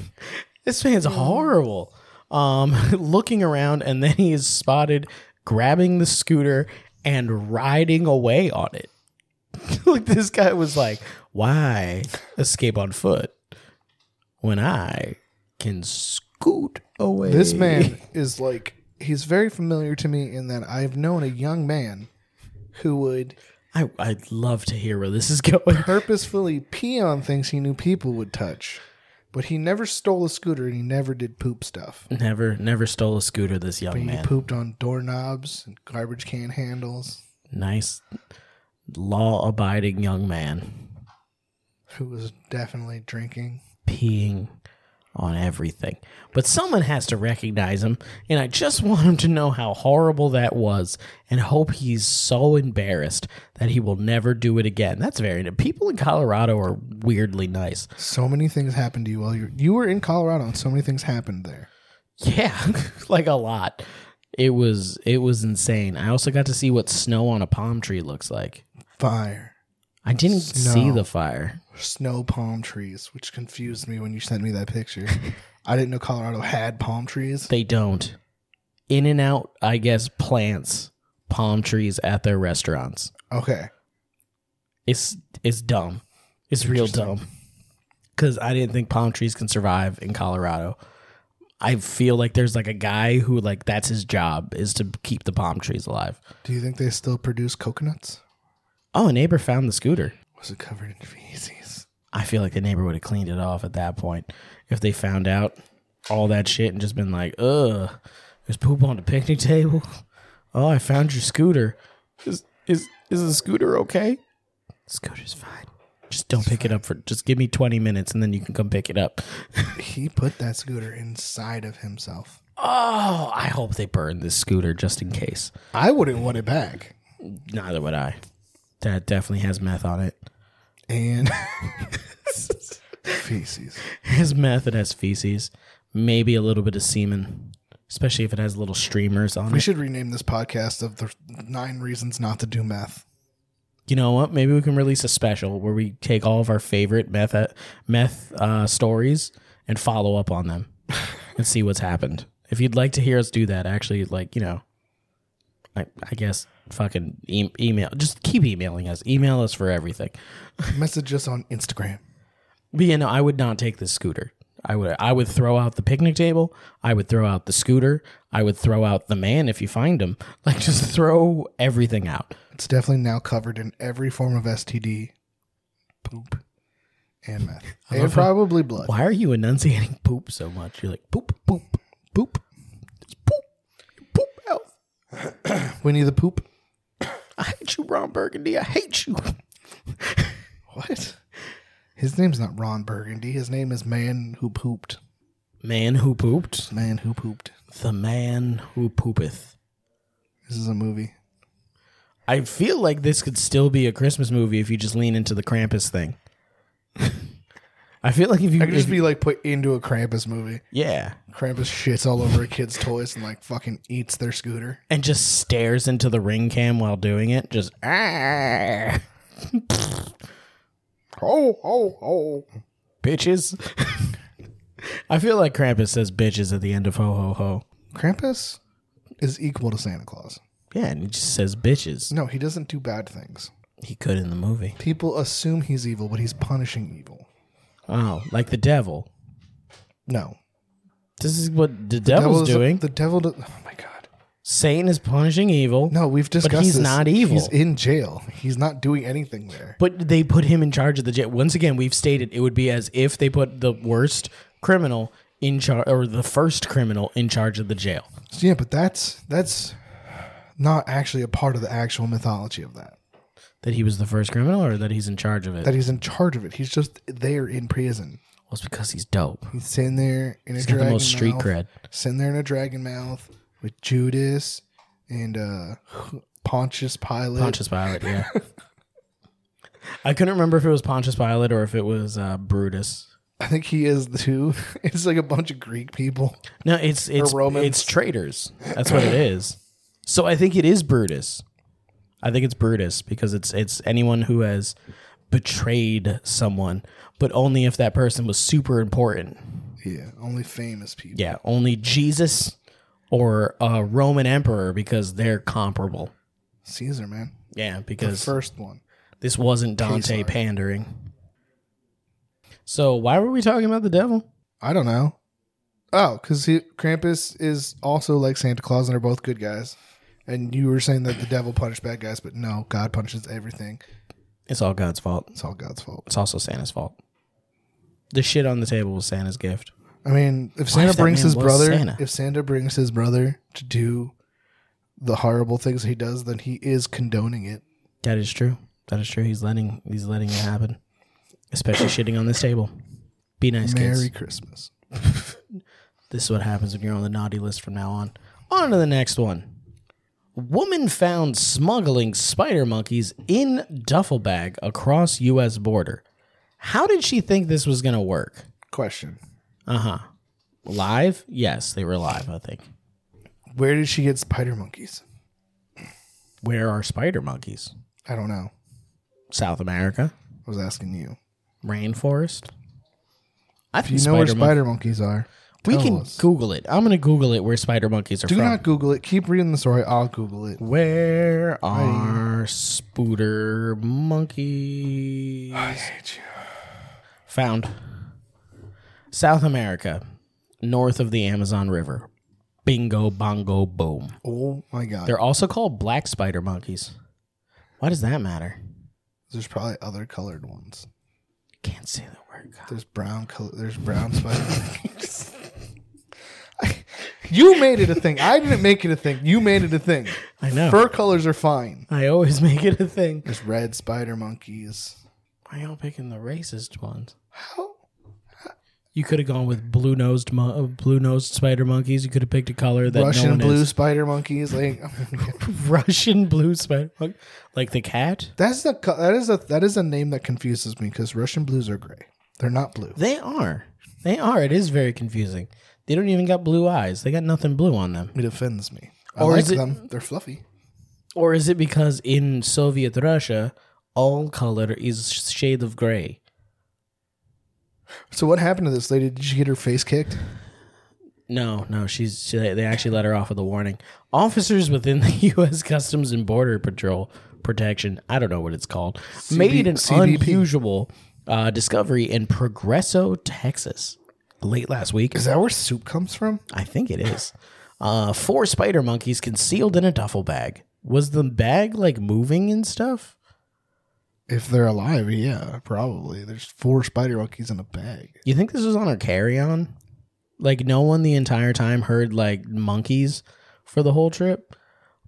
[SPEAKER 2] this man's horrible. Um, looking around, and then he is spotted grabbing the scooter and riding away on it. like this guy was like, "Why escape on foot when I can scoot away?"
[SPEAKER 1] This man is like he's very familiar to me in that I've known a young man who would
[SPEAKER 2] I, I'd love to hear where this is going.
[SPEAKER 1] purposefully pee on things he knew people would touch, but he never stole a scooter and he never did poop stuff.
[SPEAKER 2] Never, never stole a scooter. This young
[SPEAKER 1] He
[SPEAKER 2] man,
[SPEAKER 1] pooped on doorknobs and garbage can handles.
[SPEAKER 2] nice, law-abiding young man,
[SPEAKER 1] Who was definitely drinking?
[SPEAKER 2] peeing on everything. But someone has to recognize him, and I just want him to know how horrible that was, and hope he's so embarrassed that he will never do it again. That's very. People in Colorado are weirdly nice.
[SPEAKER 1] So many things happened to you while you you were in Colorado, and so many things happened there.
[SPEAKER 2] Yeah, like a lot. It was it was insane. I also got to see what snow on a palm tree looks like.
[SPEAKER 1] Fire,
[SPEAKER 2] I didn't see
[SPEAKER 1] Snow.
[SPEAKER 2] the fire.
[SPEAKER 1] snow, palm trees, which confused me when you sent me that picture. I didn't know Colorado had palm trees.
[SPEAKER 2] They don't. In and out, I guess, plants palm trees at their restaurants.
[SPEAKER 1] Okay,
[SPEAKER 2] It's it's dumb. It's real dumb. Cause I didn't think palm trees can survive in Colorado. I feel like there's like a guy who like that's his job is to keep the palm trees alive.
[SPEAKER 1] do you think they still produce coconuts?
[SPEAKER 2] Oh, a neighbor found the scooter.
[SPEAKER 1] Was it covered in feces?
[SPEAKER 2] I feel like the neighbor would have cleaned it off at that point if they found out all that shit and just been like, ugh, there's poop on the picnic table. Oh, I found your scooter. Is is is the scooter okay? Scooter's fine. Just don't pick it up for just give me twenty minutes and then you can come pick it up.
[SPEAKER 1] He put that scooter inside of himself.
[SPEAKER 2] Oh, I hope they burn this scooter just in case.
[SPEAKER 1] I wouldn't want it back.
[SPEAKER 2] Neither would I. That definitely has meth on it.
[SPEAKER 1] And feces.
[SPEAKER 2] His meth it has feces, maybe a little bit of semen, especially if it has little streamers on
[SPEAKER 1] We
[SPEAKER 2] it.
[SPEAKER 1] should rename this podcast of the nine reasons not to do meth.
[SPEAKER 2] you know what? Maybe we can release a special where we take all of our favorite meth meth uh, stories and follow up on them and see what's happened. If you'd like to hear us do that, actually, like you know, I, I guess fucking e- email. Just keep emailing us. Email us for everything.
[SPEAKER 1] Message us on Instagram.
[SPEAKER 2] But you know, I would not take this scooter. I would I would throw out the picnic table. I would throw out the scooter. I would throw out the man if you find him. Like just throw everything out.
[SPEAKER 1] It's definitely now covered in every form of STD, poop, and meth, and
[SPEAKER 2] love how-
[SPEAKER 1] probably blood.
[SPEAKER 2] Why are you enunciating poop so much? You're like poop, poop, poop, Just poop, poop. Elf.
[SPEAKER 1] Winnie the Poop.
[SPEAKER 2] I hate you, Ron Burgundy. I hate you.
[SPEAKER 1] What? His name's not Ron Burgundy. His name is Man Who Pooped.
[SPEAKER 2] Man who pooped,
[SPEAKER 1] Man Who Pooped.
[SPEAKER 2] the man who poopeth.
[SPEAKER 1] This is a movie.
[SPEAKER 2] I feel like this could still be a Christmas movie if you just lean into the Krampus thing. I feel like if you,
[SPEAKER 1] I could just
[SPEAKER 2] if-
[SPEAKER 1] be like put into a Krampus movie.
[SPEAKER 2] yeah,
[SPEAKER 1] Krampus shits all over a kid's toys and like fucking eats their scooter.
[SPEAKER 2] and just stares into the ring cam while doing it, just ah,
[SPEAKER 1] Oh, oh, oh.
[SPEAKER 2] bitches. I feel like Krampus says bitches at the end of ho ho ho.
[SPEAKER 1] Krampus is equal to Santa Claus.
[SPEAKER 2] Yeah, and he just says bitches.
[SPEAKER 1] No, he doesn't do bad things.
[SPEAKER 2] He could in the movie.
[SPEAKER 1] People assume he's evil, but he's punishing evil.
[SPEAKER 2] Oh, like the devil.
[SPEAKER 1] No.
[SPEAKER 2] This is what the, devil's
[SPEAKER 1] Devil's-
[SPEAKER 2] doing.
[SPEAKER 1] The devil. do- oh my God.
[SPEAKER 2] Satan is punishing evil.
[SPEAKER 1] No, we've discussed
[SPEAKER 2] he's
[SPEAKER 1] this.
[SPEAKER 2] not evil.
[SPEAKER 1] He's in jail. He's not doing anything there.
[SPEAKER 2] But they put him in charge of the jail. Once again, we've stated it would be as if they put the worst criminal in charge, or the first criminal in charge of the jail.
[SPEAKER 1] Yeah, but that's that's not actually a part of the actual mythology of that.
[SPEAKER 2] That he was the first criminal, or that he's in charge of it.
[SPEAKER 1] That he's in charge of it. He's just there in prison.
[SPEAKER 2] well, it's because he's dope.
[SPEAKER 1] He's sitting there in a
[SPEAKER 2] got the
[SPEAKER 1] dragon
[SPEAKER 2] most street
[SPEAKER 1] mouth,
[SPEAKER 2] cred.
[SPEAKER 1] Sitting there in a dragon mouth with Judas and uh Pontius Pilate.
[SPEAKER 2] Pontius Pilate, yeah. I couldn't remember if it was Pontius Pilate or if it was uh, Brutus.
[SPEAKER 1] I think he is too. It's like a bunch of Greek people.
[SPEAKER 2] No, it's it's
[SPEAKER 1] Romans.
[SPEAKER 2] it's traitors. That's what it is. So I think it is Brutus. I think it's Brutus because it's it's anyone who has betrayed someone, but only if that person was super important.
[SPEAKER 1] Yeah, only famous people.
[SPEAKER 2] Yeah, only Jesus or a Roman emperor because they're comparable.
[SPEAKER 1] Caesar, man.
[SPEAKER 2] Yeah,
[SPEAKER 1] The
[SPEAKER 2] because
[SPEAKER 1] first one.
[SPEAKER 2] this wasn't Dante pandering. So why were we talking about the devil?
[SPEAKER 1] I don't know. Oh, because Krampus is also like Santa Claus, and they're both good guys. And you were saying that the devil punished bad guys, but no, God punishes everything.
[SPEAKER 2] It's all God's fault.
[SPEAKER 1] It's all God's fault.
[SPEAKER 2] It's also Santa's fault. The shit on the table was Santa's gift.
[SPEAKER 1] I mean, if
[SPEAKER 2] Why
[SPEAKER 1] Santa
[SPEAKER 2] if that
[SPEAKER 1] brings
[SPEAKER 2] man
[SPEAKER 1] his
[SPEAKER 2] was
[SPEAKER 1] brother,
[SPEAKER 2] Santa?
[SPEAKER 1] if Santa brings his brother to do the horrible things he does, then he is condoning it.
[SPEAKER 2] That is true. That is true. He's letting he's letting it happen, especially shitting on this table. Be nice,
[SPEAKER 1] Merry
[SPEAKER 2] kids.
[SPEAKER 1] Christmas.
[SPEAKER 2] This is what happens when you're on the naughty list from now on. On to the next one. Woman found smuggling spider monkeys in duffel bag across U.S. border. How did she think this was gonna work?
[SPEAKER 1] Question:
[SPEAKER 2] Uh huh. Live? Yes, they were live. I think.
[SPEAKER 1] Where did she get spider monkeys?
[SPEAKER 2] Where are spider monkeys?
[SPEAKER 1] I don't know.
[SPEAKER 2] South America,
[SPEAKER 1] I was asking you.
[SPEAKER 2] rainforest. I think
[SPEAKER 1] You know where
[SPEAKER 2] spider mon-
[SPEAKER 1] spider monkeys are.
[SPEAKER 2] We
[SPEAKER 1] Tell
[SPEAKER 2] can
[SPEAKER 1] us.
[SPEAKER 2] Google it. I'm gonna Google it where spider monkeys are
[SPEAKER 1] Do
[SPEAKER 2] from.
[SPEAKER 1] not Google it. Keep reading the story. I'll Google it.
[SPEAKER 2] where are spooder monkeys
[SPEAKER 1] hate you.
[SPEAKER 2] found? South America, north of the Amazon River. Bingo, bongo, boom.
[SPEAKER 1] Oh my god.
[SPEAKER 2] They're also called black spider monkeys. Why does that matter?
[SPEAKER 1] There's probably other colored ones.
[SPEAKER 2] Can't say that word. God.
[SPEAKER 1] There's brown color. There's brown spider monkeys. you made it a thing. I didn't make it a thing. You made it a thing.
[SPEAKER 2] I know.
[SPEAKER 1] Fur colors are fine.
[SPEAKER 2] I always make it a thing.
[SPEAKER 1] There's red spider monkeys.
[SPEAKER 2] Why y'all picking the racist ones?
[SPEAKER 1] How?
[SPEAKER 2] You could have gone with blue nosed, mon- uh, blue nosed spider monkeys. You could have picked a color that no
[SPEAKER 1] Russian
[SPEAKER 2] one
[SPEAKER 1] blue
[SPEAKER 2] is.
[SPEAKER 1] spider monkeys. Like
[SPEAKER 2] Russian blue spider monkey, like the cat.
[SPEAKER 1] that's the co- that is a that is a name that confuses me because Russian blues are gray. They're not blue.
[SPEAKER 2] They are, they are. It is very confusing. They don't even got blue eyes. They got nothing blue on them.
[SPEAKER 1] It offends me. I
[SPEAKER 2] Or
[SPEAKER 1] like
[SPEAKER 2] is it-
[SPEAKER 1] them. They're fluffy.
[SPEAKER 2] Or is it because in Soviet Russia, all color is shade of gray?
[SPEAKER 1] So what happened to this lady? Did she get her face kicked?
[SPEAKER 2] No, no, she's she, they actually let her off with a warning. Officers within the U.S. Customs and Border Patrol Protection, I don't know what it's called, made an
[SPEAKER 1] CBP.
[SPEAKER 2] unusual uh, discovery in Progresso, Texas, late last week.
[SPEAKER 1] Is that where soup comes from?
[SPEAKER 2] I think it is. Uh, four spider monkeys concealed in a duffel bag. Was the bag like moving and stuff?
[SPEAKER 1] If they're alive, yeah, probably. There's four spider monkeys in a bag.
[SPEAKER 2] You think this was on her carry on? Like, no one the entire time heard like monkeys for the whole trip?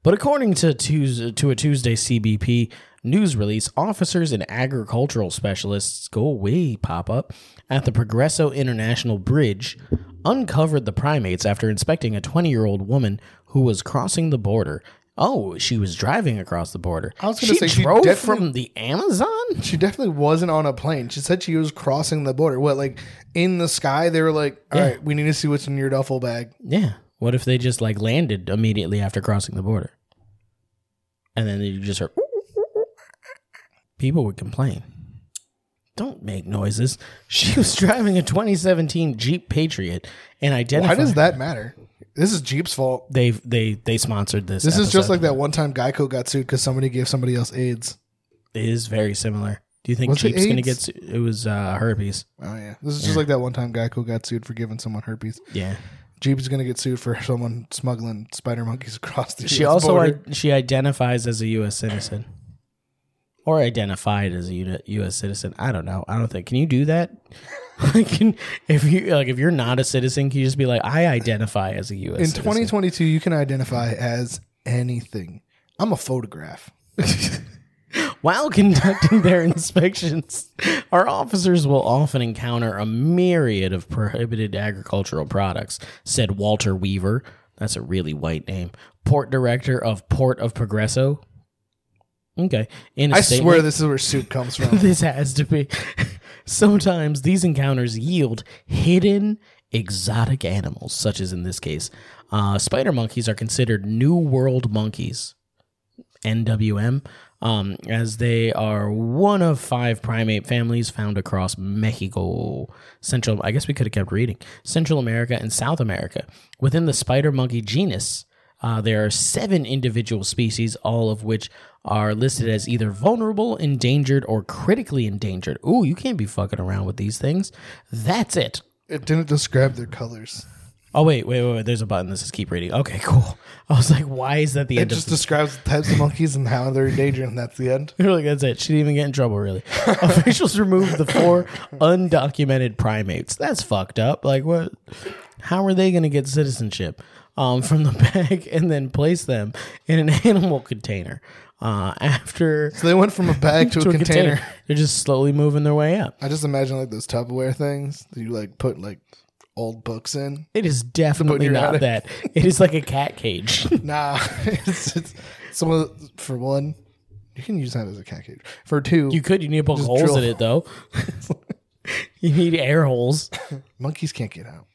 [SPEAKER 2] But according to, Tues to a Tuesday CBP news release, officers and agricultural specialists go away pop up at the Progresso International Bridge uncovered the primates after inspecting a 20 year old woman who was crossing the border. Oh, she was driving across the border.
[SPEAKER 1] I was gonna
[SPEAKER 2] she
[SPEAKER 1] say, she
[SPEAKER 2] drove
[SPEAKER 1] definitely-
[SPEAKER 2] from the Amazon.
[SPEAKER 1] She definitely wasn't on a plane. She said she was crossing the border. What, like in the sky? They were like, "All right, we need to see what's in your duffel bag.
[SPEAKER 2] Yeah. What if they just like landed immediately after crossing the border? And then you just heard people would complain. Don't make noises. She was driving a 2017 Jeep Patriot and
[SPEAKER 1] Why
[SPEAKER 2] identified
[SPEAKER 1] does that matter? This is Jeep's fault.
[SPEAKER 2] they they they sponsored this.
[SPEAKER 1] This is just
[SPEAKER 2] episode.
[SPEAKER 1] like that one time Geico got sued because somebody gave somebody else AIDS.
[SPEAKER 2] it is very similar. Do you think
[SPEAKER 1] Was it
[SPEAKER 2] Jeep's going to
[SPEAKER 1] AIDS?
[SPEAKER 2] get su- it was uh herpes.
[SPEAKER 1] Oh yeah, this is just like that one time Geico got sued for giving someone herpes.
[SPEAKER 2] Yeah.
[SPEAKER 1] Jeep's gonna get sued for someone smuggling spider monkeys across the.
[SPEAKER 2] She
[SPEAKER 1] US
[SPEAKER 2] also
[SPEAKER 1] border.
[SPEAKER 2] I, she identifies as a U.S. citizen, or identified as a uni- U.S. citizen. I don't know. I don't think. Can you do that? Like, can, if you like, if you're not a citizen, can you just be like, I identify as a U.S.
[SPEAKER 1] in
[SPEAKER 2] citizen?
[SPEAKER 1] 2022 you can identify as anything. I'm a photograph.
[SPEAKER 2] While conducting their inspections, our officers will often encounter a myriad of prohibited agricultural products, said Walter Weaver. That's a really white name. Port director of Port of Progresso. Okay. In a
[SPEAKER 1] I
[SPEAKER 2] statement-
[SPEAKER 1] swear this is where soup comes from.
[SPEAKER 2] this has to be. Sometimes these encounters yield hidden exotic animals, such as in this case, uh, spider monkeys are considered New World monkeys, NWM, um, as they are one of five primate families found across Mexico, Central. I guess we could have kept reading Central America and South America. Within the spider monkey genus, uh, there are seven individual species, all of which are listed as either vulnerable, endangered, or critically endangered. Ooh, you can't be fucking around with these things. That's it.
[SPEAKER 1] it didn't describe their colors.
[SPEAKER 2] Oh wait, wait, wait, wait. There's a button that says keep reading. Okay, cool. I was like, why is that the
[SPEAKER 1] It
[SPEAKER 2] end
[SPEAKER 1] just
[SPEAKER 2] of
[SPEAKER 1] describes the types of monkeys and how they're endangered, and that's the end.
[SPEAKER 2] You're like, that's it. She didn't even get in trouble, really. Officials removed the four undocumented primates. That's fucked up. Like, what? How are they going to get citizenship um, from the bag and then place them in an animal container? Uh, after
[SPEAKER 1] So they went from a bag to, a, container.
[SPEAKER 2] they're just slowly moving their way up.
[SPEAKER 1] I just imagine like those Tupperware things that you like put like old books in.
[SPEAKER 2] It is definitely
[SPEAKER 1] you're
[SPEAKER 2] not
[SPEAKER 1] out of-
[SPEAKER 2] that. It is like a cat cage.
[SPEAKER 1] Nah, it's, it's some of- for one, you can use that as a cat cage. For two,
[SPEAKER 2] You could. You need to poke holes
[SPEAKER 1] drill.
[SPEAKER 2] in it, though. you need air holes.
[SPEAKER 1] monkeys can't get out.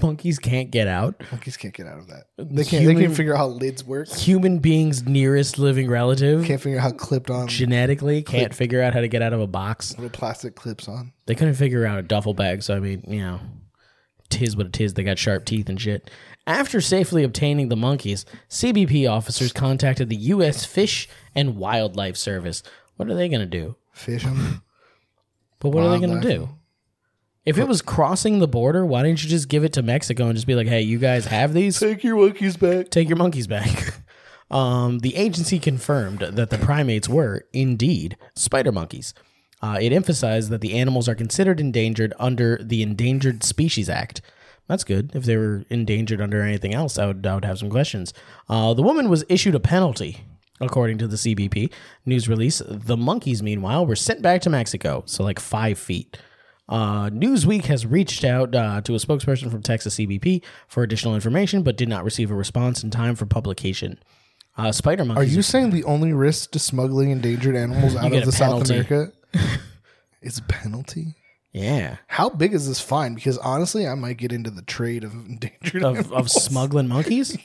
[SPEAKER 2] Monkeys can't get out.
[SPEAKER 1] Monkeys can't get out of that. They can't. They
[SPEAKER 2] Human-
[SPEAKER 1] can't figure out how lids work.
[SPEAKER 2] Human beings' nearest living relative
[SPEAKER 1] Can't figure out how clipped on
[SPEAKER 2] genetically can't figure out how to get out of a box.
[SPEAKER 1] little plastic clips on.
[SPEAKER 2] They couldn't figure out a duffel bag, so I mean, you know, tis what it is. They got sharp teeth and shit. After safely obtaining the monkeys, CBP officers contacted the U.S. Fish and Wildlife Service. What are they going to do?
[SPEAKER 1] Fish them.
[SPEAKER 2] But what are they going to
[SPEAKER 1] Wildlife.
[SPEAKER 2] do? If it was crossing the border, why didn't you just give it to Mexico and just be like, "Hey, you guys have these?
[SPEAKER 1] Take your monkeys back.
[SPEAKER 2] Take your monkeys back." Um, the agency confirmed that the primates were indeed spider monkeys. Uh, it emphasized that the animals are considered endangered under the Endangered Species Act. That's good. If they were endangered under anything else, I would, I would have some questions. Uh, the woman was issued a penalty, according to the CBP news release. The monkeys, meanwhile, were sent back to Mexico, so like five feet. Uh, Newsweek has reached out uh, to a spokesperson from Texas CBP for additional information, but did not receive a response in time for publication. Uh, spider
[SPEAKER 1] Are
[SPEAKER 2] monkeys
[SPEAKER 1] you saying the only risk to smuggling endangered animals out
[SPEAKER 2] get
[SPEAKER 1] of
[SPEAKER 2] a
[SPEAKER 1] the South
[SPEAKER 2] penalty.
[SPEAKER 1] America is a penalty?
[SPEAKER 2] Yeah.
[SPEAKER 1] How big is this fine? Because honestly, I might get into the trade of endangered. animals.
[SPEAKER 2] Of, of smuggling monkeys?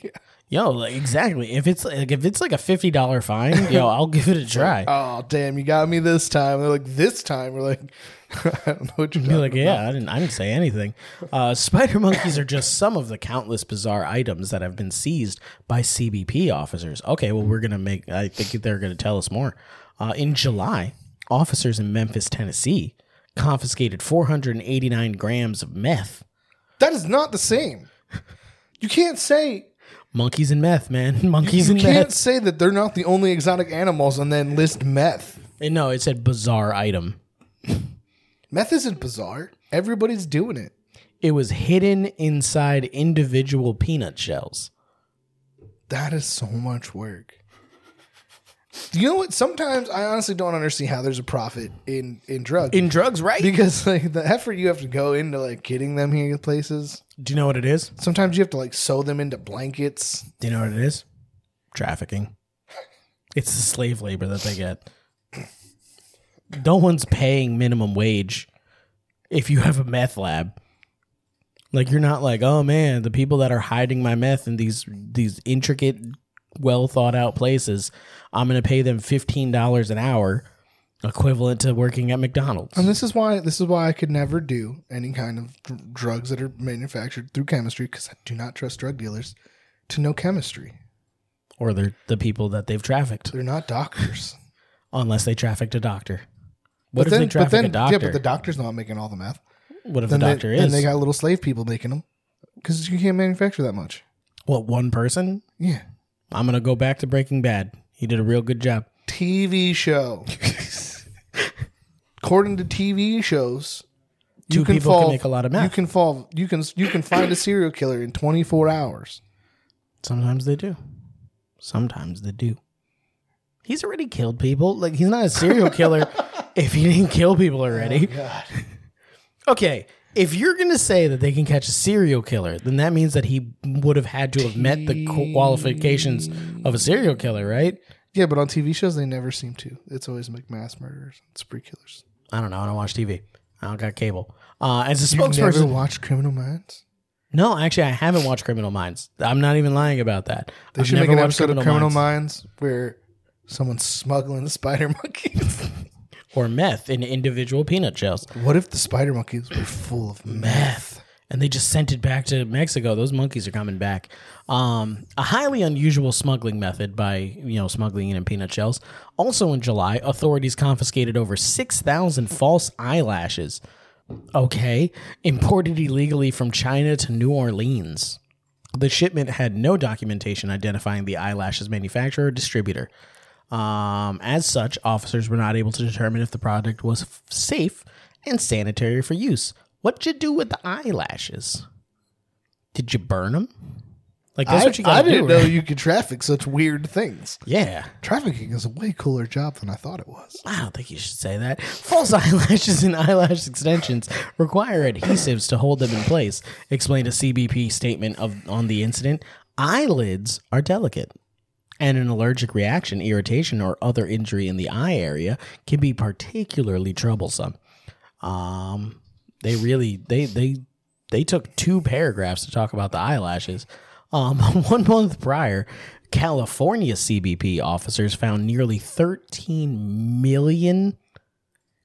[SPEAKER 2] Yo, like, exactly. If it's like if it's like a fifty dollar fine, yo, I'll give it a try.
[SPEAKER 1] Oh damn, you got me this time. They're like, this time we're like, I don't know what you're
[SPEAKER 2] Be
[SPEAKER 1] talking
[SPEAKER 2] like, yeah, I didn't, I didn't say anything. Uh, spider monkeys are just some of the countless bizarre items that have been seized by CBP officers. Okay, well, we're gonna make. I think they're gonna tell us more. Uh, in July, officers in Memphis, Tennessee, confiscated 489 grams of meth.
[SPEAKER 1] That is not the same. You can't say
[SPEAKER 2] Monkeys and meth, man. Monkeys
[SPEAKER 1] you
[SPEAKER 2] and
[SPEAKER 1] can't
[SPEAKER 2] meth.
[SPEAKER 1] say that they're not the only exotic animals and then list meth.
[SPEAKER 2] And no, it said bizarre item.
[SPEAKER 1] Meth isn't bizarre. Everybody's doing it.
[SPEAKER 2] It was hidden inside individual peanut shells.
[SPEAKER 1] That is so much work. You know what? Sometimes I honestly don't understand how there's a profit in in drugs
[SPEAKER 2] In drugs, right?
[SPEAKER 1] because like the effort you have to go into like getting them here places.
[SPEAKER 2] Do you know what it is?
[SPEAKER 1] Sometimes you have to like sew them into blankets.
[SPEAKER 2] Do you know what it is? Trafficking. It's the slave labor that they get. No one's paying minimum wage if you have a meth lab. Like you're not like, oh man, the people that are hiding my meth in these these intricate, well thought out places, I'm gonna pay them fifteen dollars an hour, equivalent to working at McDonald's.
[SPEAKER 1] And this is why this is why I could never do any kind of dr- drugs that are manufactured through chemistry because I do not trust drug dealers to know chemistry.
[SPEAKER 2] Or they're the people that they've trafficked.
[SPEAKER 1] They're not doctors.
[SPEAKER 2] Unless they trafficked a doctor. What if
[SPEAKER 1] then,
[SPEAKER 2] they traffic a doctor?
[SPEAKER 1] yeah, but the doctor's not making all the meth.
[SPEAKER 2] what if the
[SPEAKER 1] Then
[SPEAKER 2] doctor
[SPEAKER 1] they,
[SPEAKER 2] is?
[SPEAKER 1] Then they got little slave people making them because you can't manufacture that much.
[SPEAKER 2] what one person?
[SPEAKER 1] Yeah.
[SPEAKER 2] I'm gonna go back to Breaking Bad. He did a real good job.
[SPEAKER 1] TV show. According to TV shows,
[SPEAKER 2] Two people can make a lot of
[SPEAKER 1] You
[SPEAKER 2] meth.
[SPEAKER 1] can fall. You can you can find a serial killer in 24 hours.
[SPEAKER 2] Sometimes they do. Sometimes they do. He's already killed people. Like he's not a serial killer if he didn't kill people already.
[SPEAKER 1] Oh, God.
[SPEAKER 2] Okay. If you're going to say that they can catch a serial killer, then that means that he would have had to have met the qualifications of a serial killer, right?
[SPEAKER 1] Yeah, but on TV shows they never seem to. It's always like mass murderers, and spree killers.
[SPEAKER 2] I don't know. I don't watch TV. I don't got cable. Uh, as a
[SPEAKER 1] You've never
[SPEAKER 2] spokesperson,
[SPEAKER 1] watched Criminal Minds?
[SPEAKER 2] no, actually, I haven't watched Criminal Minds. I'm not even lying about that.
[SPEAKER 1] They
[SPEAKER 2] I've
[SPEAKER 1] should make
[SPEAKER 2] never
[SPEAKER 1] an
[SPEAKER 2] watched
[SPEAKER 1] episode of Criminal Minds. where someone's smuggling the spider monkeys.
[SPEAKER 2] or meth in individual peanut shells.
[SPEAKER 1] what if the spider monkeys were full of meth?
[SPEAKER 2] And they just sent it back to Mexico. Those monkeys are coming back. Um, a highly unusual smuggling method by, you know, smuggling in in peanut shells. Also in July, authorities confiscated over 6,000 false eyelashes. Okay. Imported illegally from China to New Orleans. The shipment had no documentation identifying the eyelashes manufacturer or distributor. Um, as such, officers were not able to determine if the product was f- safe and sanitary for use. What you do with the eyelashes? Did you burn them? Like that's
[SPEAKER 1] I,
[SPEAKER 2] what
[SPEAKER 1] I
[SPEAKER 2] you got to do.
[SPEAKER 1] didn't know
[SPEAKER 2] right?
[SPEAKER 1] you could traffic such weird things.
[SPEAKER 2] Yeah,
[SPEAKER 1] Trafficking is a way cooler job than I thought it was.
[SPEAKER 2] I don't think you should say that. False eyelashes and eyelash extensions require adhesives to hold them in place. Explained a CBP statement of on the incident. Eyelids are delicate. and an allergic reaction, irritation, or other injury in the eye area can be particularly troublesome. Um, they really they they they took two paragraphs to talk about the eyelashes. Um, one month prior, California CBP officers found nearly 13 million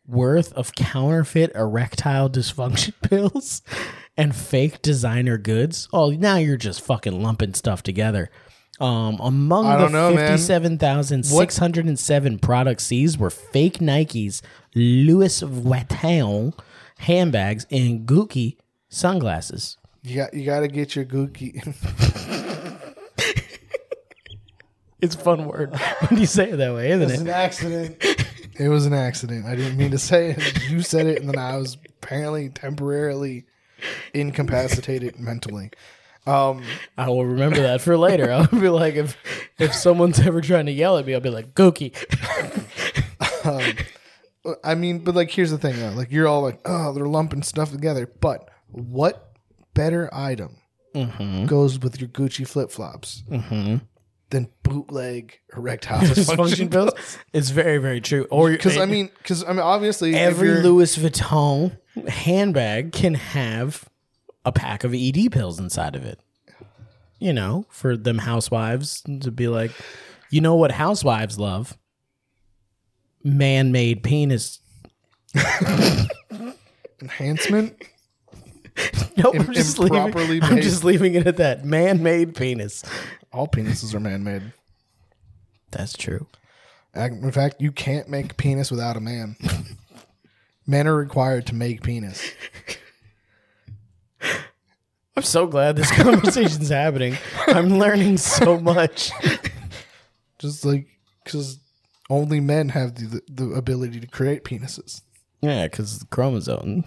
[SPEAKER 2] worth of counterfeit erectile dysfunction pills and fake designer goods. Oh, now you're just fucking lumping stuff together. Um, among
[SPEAKER 1] I
[SPEAKER 2] the
[SPEAKER 1] don't know, man.
[SPEAKER 2] 57,607 product seized were fake Nikes, Louis Vuitton handbags, and Gucci sunglasses.
[SPEAKER 1] You got you got to get your gookie.
[SPEAKER 2] It's a fun word when you say it that way, isn't it?
[SPEAKER 1] accident. It was an accident. I didn't mean to say it. You said it, and then I was apparently temporarily incapacitated mentally. Um,
[SPEAKER 2] I will remember that for later. I'll be like, if if someone's ever trying to yell at me, I'll be like, Gookie.
[SPEAKER 1] I mean, but like, here's the thing though. Like, you're all like, oh, they're lumping stuff together. But what better item goes with your Gucci flip flops than bootleg erectile dysfunction
[SPEAKER 2] Dysfunction pills. It's very, very true. Or
[SPEAKER 1] Because I mean, because I mean, obviously, if
[SPEAKER 2] every
[SPEAKER 1] you're-
[SPEAKER 2] Louis Vuitton E handbag can have a pack of ED pills inside of it. you know, for them housewives to be like, you know what housewives love? Man made penis.
[SPEAKER 1] Enhancement?
[SPEAKER 2] Nope,
[SPEAKER 1] Im-
[SPEAKER 2] I'm just, leaving,
[SPEAKER 1] improperly
[SPEAKER 2] I'm
[SPEAKER 1] made.
[SPEAKER 2] just leaving it at that. Man made penis.
[SPEAKER 1] All penises are man made.
[SPEAKER 2] That's true.
[SPEAKER 1] In fact, you can't make penis without a man. Men are required to make penis.
[SPEAKER 2] I'm so glad this conversation's happening. I'm learning so much.
[SPEAKER 1] Just like, because only men have the, the ability to create penises.
[SPEAKER 2] Yeah, because chromosome.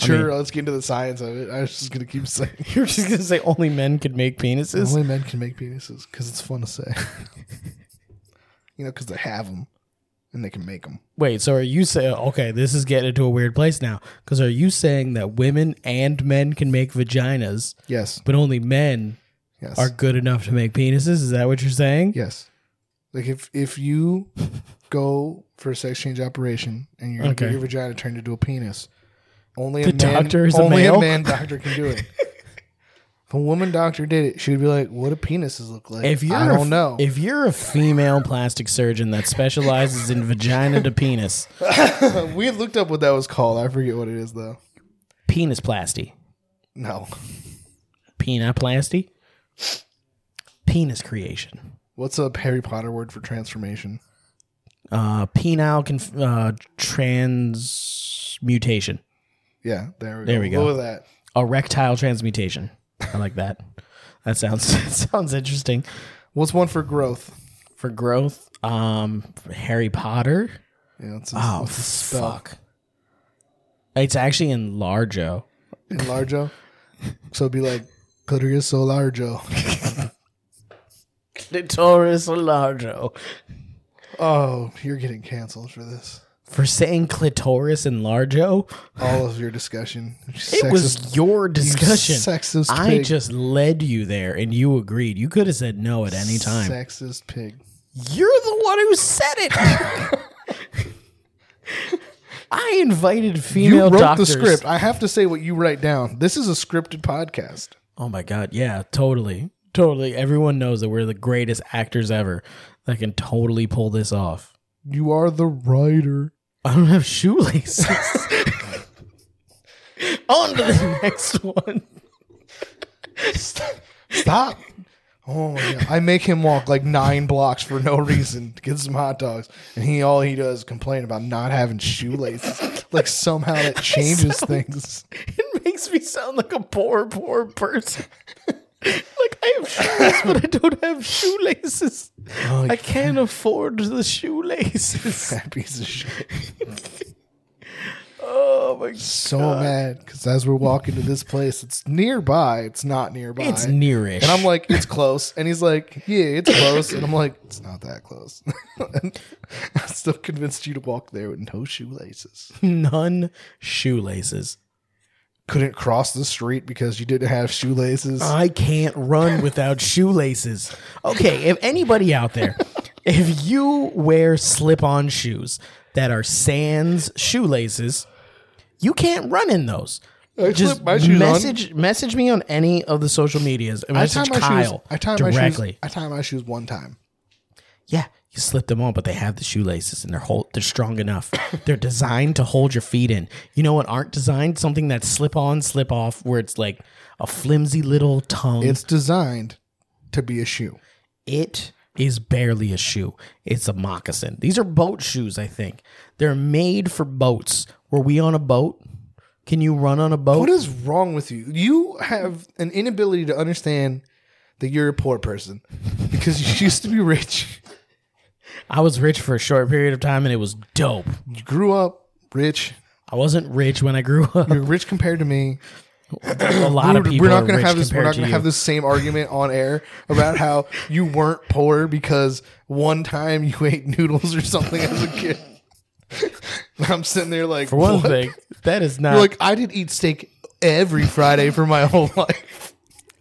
[SPEAKER 1] Sure, let's get into the science of it. I was just going to keep saying.
[SPEAKER 2] You're just gonna say only men could make penises?
[SPEAKER 1] Only men can make penises because it's fun to say. you know, because they have them and they can make them.
[SPEAKER 2] Wait, so are you saying okay? This is getting into a weird place now. Because are you saying that women and men can make vaginas,
[SPEAKER 1] Yes.
[SPEAKER 2] but only men
[SPEAKER 1] Yes.
[SPEAKER 2] are good enough to make penises? Is that what you're saying?
[SPEAKER 1] yes. Like if if you go for a sex change operation and you're gonna
[SPEAKER 2] Okay.
[SPEAKER 1] get your vagina turned into a penis, only a
[SPEAKER 2] The
[SPEAKER 1] man,
[SPEAKER 2] doctor is a
[SPEAKER 1] only
[SPEAKER 2] male?
[SPEAKER 1] man doctor can do it. if a woman doctor did it, she would be like, "What do penises look like?"
[SPEAKER 2] If you're
[SPEAKER 1] I
[SPEAKER 2] a,
[SPEAKER 1] don't know.
[SPEAKER 2] If you're a female plastic surgeon that specializes in vagina to penis,
[SPEAKER 1] we looked up what that was called. I forget what it is though.
[SPEAKER 2] penis plasty,
[SPEAKER 1] No.
[SPEAKER 2] penoplasty, penis creation,
[SPEAKER 1] What's a Harry Potter word for transformation?
[SPEAKER 2] uh, penile conf- uh, transmutation,
[SPEAKER 1] Yeah, there we
[SPEAKER 2] There
[SPEAKER 1] go.
[SPEAKER 2] we
[SPEAKER 1] We'll
[SPEAKER 2] go.
[SPEAKER 1] Go with that.
[SPEAKER 2] erectile transmutation. I like that. That sounds that sounds interesting.
[SPEAKER 1] What's one for growth?
[SPEAKER 2] for growth. Um, Harry Potter.
[SPEAKER 1] Yeah, it's a,
[SPEAKER 2] Oh
[SPEAKER 1] it's a spell.
[SPEAKER 2] fuck! It's actually in Largo.
[SPEAKER 1] in largo. So it'd be like clitoris so largo.
[SPEAKER 2] Clitoris Largo.
[SPEAKER 1] Oh, you're getting canceled for this.
[SPEAKER 2] For saying clitoris and Largo,
[SPEAKER 1] All of your discussion.
[SPEAKER 2] it was your discussion.
[SPEAKER 1] Sexist
[SPEAKER 2] I
[SPEAKER 1] pig.
[SPEAKER 2] just led you there, and you agreed. You could have said no at any time.
[SPEAKER 1] Sexist pig.
[SPEAKER 2] You're the one who said it. I invited
[SPEAKER 1] You
[SPEAKER 2] female
[SPEAKER 1] wrote
[SPEAKER 2] doctors.
[SPEAKER 1] the script. I have to say what you write down. This is a scripted podcast.
[SPEAKER 2] Oh my god, yeah, totally. Totally. Everyone knows that we're the greatest actors ever that can totally pull this off.
[SPEAKER 1] You are the writer.
[SPEAKER 2] I don't have shoelaces. On to the next one.
[SPEAKER 1] Stop. Oh my God. I make him walk like nine blocks for no reason to get some hot dogs, and he all he does is complain about not having shoelaces. like somehow that changes things.
[SPEAKER 2] It makes me sound like a poor, poor person. like I have shoes, but I don't have shoelaces.
[SPEAKER 1] Oh,
[SPEAKER 2] I can't afford the shoelaces.
[SPEAKER 1] That piece of shit.
[SPEAKER 2] Oh my
[SPEAKER 1] So mad because as we're walking to this place, it's nearby. It's not nearby.
[SPEAKER 2] It's nearish.
[SPEAKER 1] and I'm like, it's close. And he's like, yeah, it's close. And I'm like, it's not that close. and I still convinced you to walk there with no shoelaces.
[SPEAKER 2] none shoelaces.
[SPEAKER 1] Couldn't cross the street because you didn't have shoelaces.
[SPEAKER 2] I can't run without shoelaces. Okay, if anybody out there, if you wear slip on shoes that are sans shoelaces, you can't run in those.
[SPEAKER 1] I
[SPEAKER 2] Just
[SPEAKER 1] slip my shoes on.
[SPEAKER 2] message message me on any of the social medias and
[SPEAKER 1] I
[SPEAKER 2] message
[SPEAKER 1] tied my
[SPEAKER 2] Kyle
[SPEAKER 1] shoes. I tied my
[SPEAKER 2] directly.
[SPEAKER 1] shoes. I tied my shoes one time.
[SPEAKER 2] Yeah, you slip them on, but they have the shoelaces and they're hold, they're strong enough. they're designed to hold your feet in. You know what aren't designed? Something that's slip on, slip off, where it's like a flimsy little tongue.
[SPEAKER 1] It's designed to be a shoe.
[SPEAKER 2] It is barely a shoe. It's a moccasin. These are boat shoes, I think. They're made for boats. Were we on a boat? Can you run on a boat?
[SPEAKER 1] What is wrong with you? You have an inability to understand that you're a poor person because you used to be rich.
[SPEAKER 2] I was rich for a short period of time and it was dope.
[SPEAKER 1] You grew up rich.
[SPEAKER 2] I wasn't rich when I grew up.
[SPEAKER 1] You're rich compared to me.
[SPEAKER 2] A lot of
[SPEAKER 1] We're-
[SPEAKER 2] people
[SPEAKER 1] we're not
[SPEAKER 2] going to
[SPEAKER 1] have this. We're not
[SPEAKER 2] you.
[SPEAKER 1] going to have this same argument on air about how you weren't poor because one time you ate noodles or something as a kid. I'm sitting there like,
[SPEAKER 2] For one
[SPEAKER 1] "What?"
[SPEAKER 2] thing, that is not.
[SPEAKER 1] You're like I did eat steak every Friday for my whole life.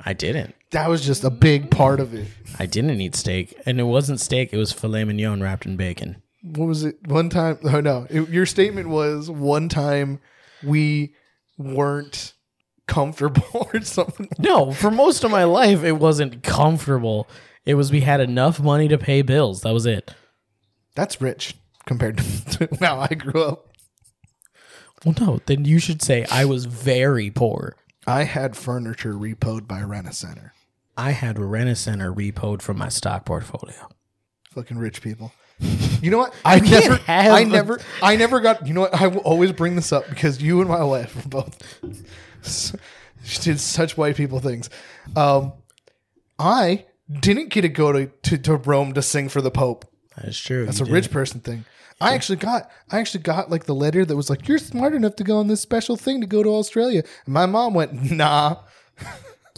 [SPEAKER 2] I didn't.
[SPEAKER 1] That was just a big part of it.
[SPEAKER 2] I didn't eat steak. And it wasn't steak, it was filet mignon wrapped in bacon.
[SPEAKER 1] What was it? One time? Oh no! It- your statement was one time we weren't comfortable or something.
[SPEAKER 2] No, for most of my life, it wasn't comfortable. It was we had enough money to pay bills. That was it.
[SPEAKER 1] That's rich compared to now I grew up.
[SPEAKER 2] Well, no, then you should say I was very poor.
[SPEAKER 1] I had furniture repoed by Rent a Center.
[SPEAKER 2] I had Rent-A-Center repoed from my stock portfolio.
[SPEAKER 1] Fucking rich people. You know what? I never,
[SPEAKER 2] can't have
[SPEAKER 1] I
[SPEAKER 2] a-
[SPEAKER 1] never, I never got. You know what? I will always bring this up because you and my wife were both she did such white people things. Um, I didn't get to go to, to, to Rome to sing for the Pope.
[SPEAKER 2] That's true.
[SPEAKER 1] It's a rich person thing. I actually got I actually got like the letter that was like, You're smart enough to go on this special thing to go to Australia. And my mom went, Nah,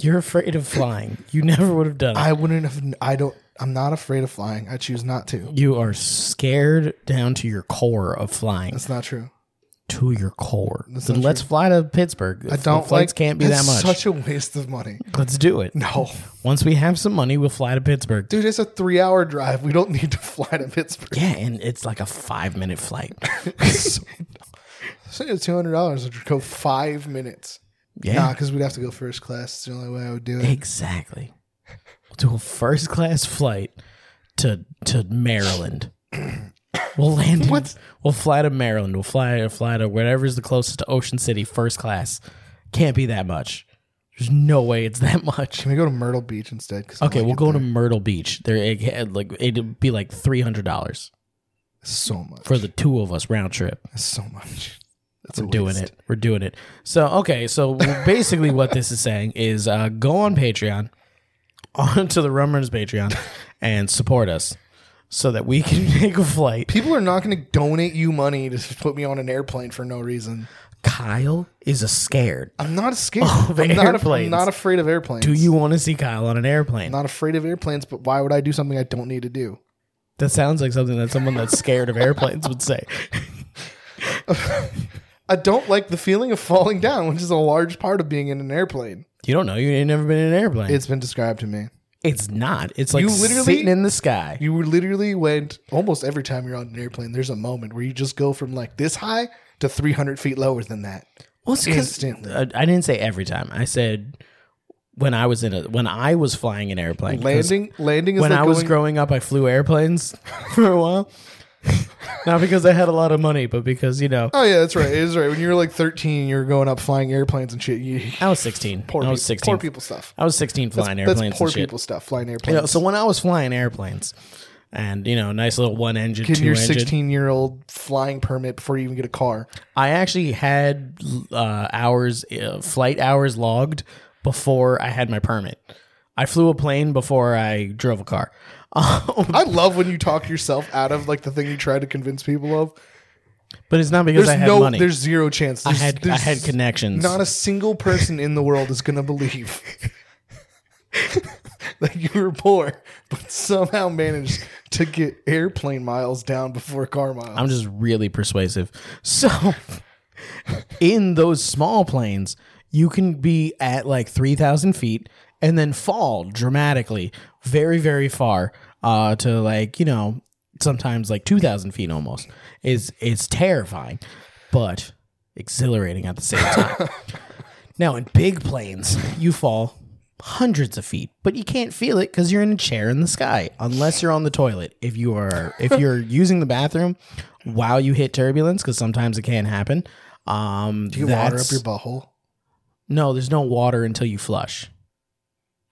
[SPEAKER 2] You're afraid of flying. You never would have done it.
[SPEAKER 1] I wouldn't have I don't I'm not afraid of flying. I choose not to.
[SPEAKER 2] you are scared down to your core of flying.
[SPEAKER 1] That's not true.
[SPEAKER 2] To your core. Then let's fly to Pittsburgh.
[SPEAKER 1] I don't
[SPEAKER 2] flights
[SPEAKER 1] like
[SPEAKER 2] can't be that
[SPEAKER 1] that's
[SPEAKER 2] much.
[SPEAKER 1] such a waste of money.
[SPEAKER 2] let's do it.
[SPEAKER 1] No.
[SPEAKER 2] Once we have some money, we'll fly to Pittsburgh.
[SPEAKER 1] Dude, it's a three hour drive. We don't need to fly to Pittsburgh.
[SPEAKER 2] Yeah, and it's like a five minute flight.
[SPEAKER 1] Send us two hundred dollars to go five minutes.
[SPEAKER 2] Yeah.
[SPEAKER 1] Nah, because we'd have to go first class. It's the only way I would do it.
[SPEAKER 2] Exactly. We'll do a first class flight to to Maryland. We'll land. in-
[SPEAKER 1] What?
[SPEAKER 2] we'll fly to Maryland. We'll fly or fly to whatever's the closest to Ocean City. First class. Can't be that much. There's no way it's that much.
[SPEAKER 1] Can we go to Myrtle Beach instead? 'Cause I
[SPEAKER 2] Okay,
[SPEAKER 1] like
[SPEAKER 2] we'll
[SPEAKER 1] it
[SPEAKER 2] go
[SPEAKER 1] there
[SPEAKER 2] to Myrtle Beach. There, it had like it'd be like three hundred dollars
[SPEAKER 1] so much.
[SPEAKER 2] for the two of us round trip.
[SPEAKER 1] so much. That's a
[SPEAKER 2] We're doing
[SPEAKER 1] waste.
[SPEAKER 2] it. We're doing it. So okay, so basically what this is saying is uh, go on Patreon, onto the Rum Runners Patreon, and support us so that we can make a flight.
[SPEAKER 1] People are not going to donate you money to put me on an airplane for no reason.
[SPEAKER 2] Kyle is a scared.
[SPEAKER 1] I'm not scared.
[SPEAKER 2] Of
[SPEAKER 1] I'm, not
[SPEAKER 2] airplanes.
[SPEAKER 1] I'm not afraid of airplanes.
[SPEAKER 2] Do you want to see Kyle on an airplane?
[SPEAKER 1] I'm not afraid of airplanes, but why would I do something I don't need to do?
[SPEAKER 2] That sounds like something that someone that's scared of airplanes would say.
[SPEAKER 1] I don't like the feeling of falling down, which is a large part of being in an airplane.
[SPEAKER 2] You don't know. You ain't never been in an airplane. It's,
[SPEAKER 1] It's been described to me.
[SPEAKER 2] not. It's like
[SPEAKER 1] You literally-
[SPEAKER 2] sitting in the sky.
[SPEAKER 1] You were literally went almost every time you're on an airplane, there's a moment where you just go from like this high to 300 feet lower than that.
[SPEAKER 2] Well, it's 'cause-
[SPEAKER 1] Instantly.
[SPEAKER 2] uh, I didn't say every time. I said when I was in a when I was flying an airplane. 'cause
[SPEAKER 1] Landing, landing is
[SPEAKER 2] when
[SPEAKER 1] like
[SPEAKER 2] I was
[SPEAKER 1] going-
[SPEAKER 2] growing up, I flew airplanes for a while. Not because I had a lot of money, but because you know
[SPEAKER 1] Oh yeah, that's right. It is right. When you were like 13, you were going up flying airplanes and shit. You,
[SPEAKER 2] I was sixteen.
[SPEAKER 1] poor
[SPEAKER 2] I was
[SPEAKER 1] people,
[SPEAKER 2] sixteen.
[SPEAKER 1] Poor people stuff.
[SPEAKER 2] I was sixteen flying airplanes
[SPEAKER 1] That's poor
[SPEAKER 2] and shit.
[SPEAKER 1] people stuff. Flying
[SPEAKER 2] You
[SPEAKER 1] airplanes.
[SPEAKER 2] know, so when I was flying airplanes, and you know, nice little one engine,
[SPEAKER 1] Getting
[SPEAKER 2] two
[SPEAKER 1] your
[SPEAKER 2] engine.
[SPEAKER 1] 16 year old flying permit before you even get a car.
[SPEAKER 2] I actually had uh, hours, uh, flight hours logged before I had my permit. I flew a plane before I drove a car. Um,
[SPEAKER 1] I love when you talk yourself out of like the thing you try to convince people of.
[SPEAKER 2] but it's not because
[SPEAKER 1] There's
[SPEAKER 2] I had
[SPEAKER 1] no,
[SPEAKER 2] money.
[SPEAKER 1] there's zero chance.
[SPEAKER 2] I
[SPEAKER 1] There's,
[SPEAKER 2] had I
[SPEAKER 1] there's
[SPEAKER 2] had connections.
[SPEAKER 1] Not a single person in the world is gonna believe that you were poor, but somehow managed to get airplane miles down before car miles.
[SPEAKER 2] I'm just really persuasive. So in those small planes, you can be at like 3,000 feet and then fall dramatically very, very far uh, to like, you know, sometimes like 2,000 feet almost. It's, it's terrifying, but exhilarating at the same time. now, in big planes, you fall hundreds of feet but you can't feel it because you're in a chair in the sky unless you're on the toilet if you are if you're using the bathroom while you hit turbulence because sometimes it can happen um
[SPEAKER 1] you can water up
[SPEAKER 2] that's-
[SPEAKER 1] your butthole.
[SPEAKER 2] no there's no water until you flush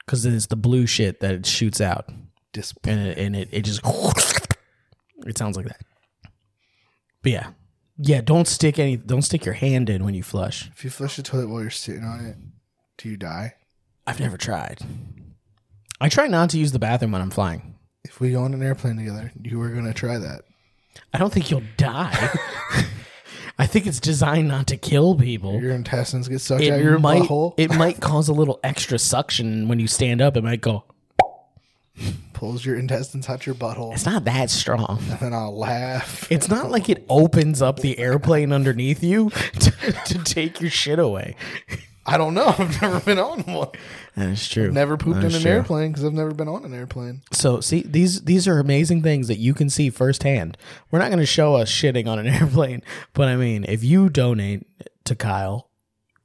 [SPEAKER 2] because it's the blue shit that it shoots out
[SPEAKER 1] Dis-
[SPEAKER 2] and it, and it, it just it sounds like that but yeah yeah don't stick any don't stick your hand in when you flush
[SPEAKER 1] If you flush the toilet while you're sitting on it, do you die?
[SPEAKER 2] i've never tried i try not to use the bathroom when i'm flying
[SPEAKER 1] If we go on an airplane together, you were gonna try that.
[SPEAKER 2] I don't think you'll die. I think it's designed not to kill people.
[SPEAKER 1] Your intestines get sucked out your
[SPEAKER 2] It might,
[SPEAKER 1] butthole,
[SPEAKER 2] it might cause a little extra suction when you stand up. It might go,
[SPEAKER 1] pulls your intestines out your butthole,
[SPEAKER 2] it's not that strong.
[SPEAKER 1] and then I'll laugh.
[SPEAKER 2] It's not like it opens up the airplane underneath you to, to take your shit away.
[SPEAKER 1] I don't know. I've never been on one.
[SPEAKER 2] That's true.
[SPEAKER 1] Never pooped in
[SPEAKER 2] That's
[SPEAKER 1] an
[SPEAKER 2] true.
[SPEAKER 1] airplane because I've never been on an airplane.
[SPEAKER 2] So see these these are amazing things that you can see firsthand. We're not going to show us shitting on an airplane, but I mean, if you donate to Kyle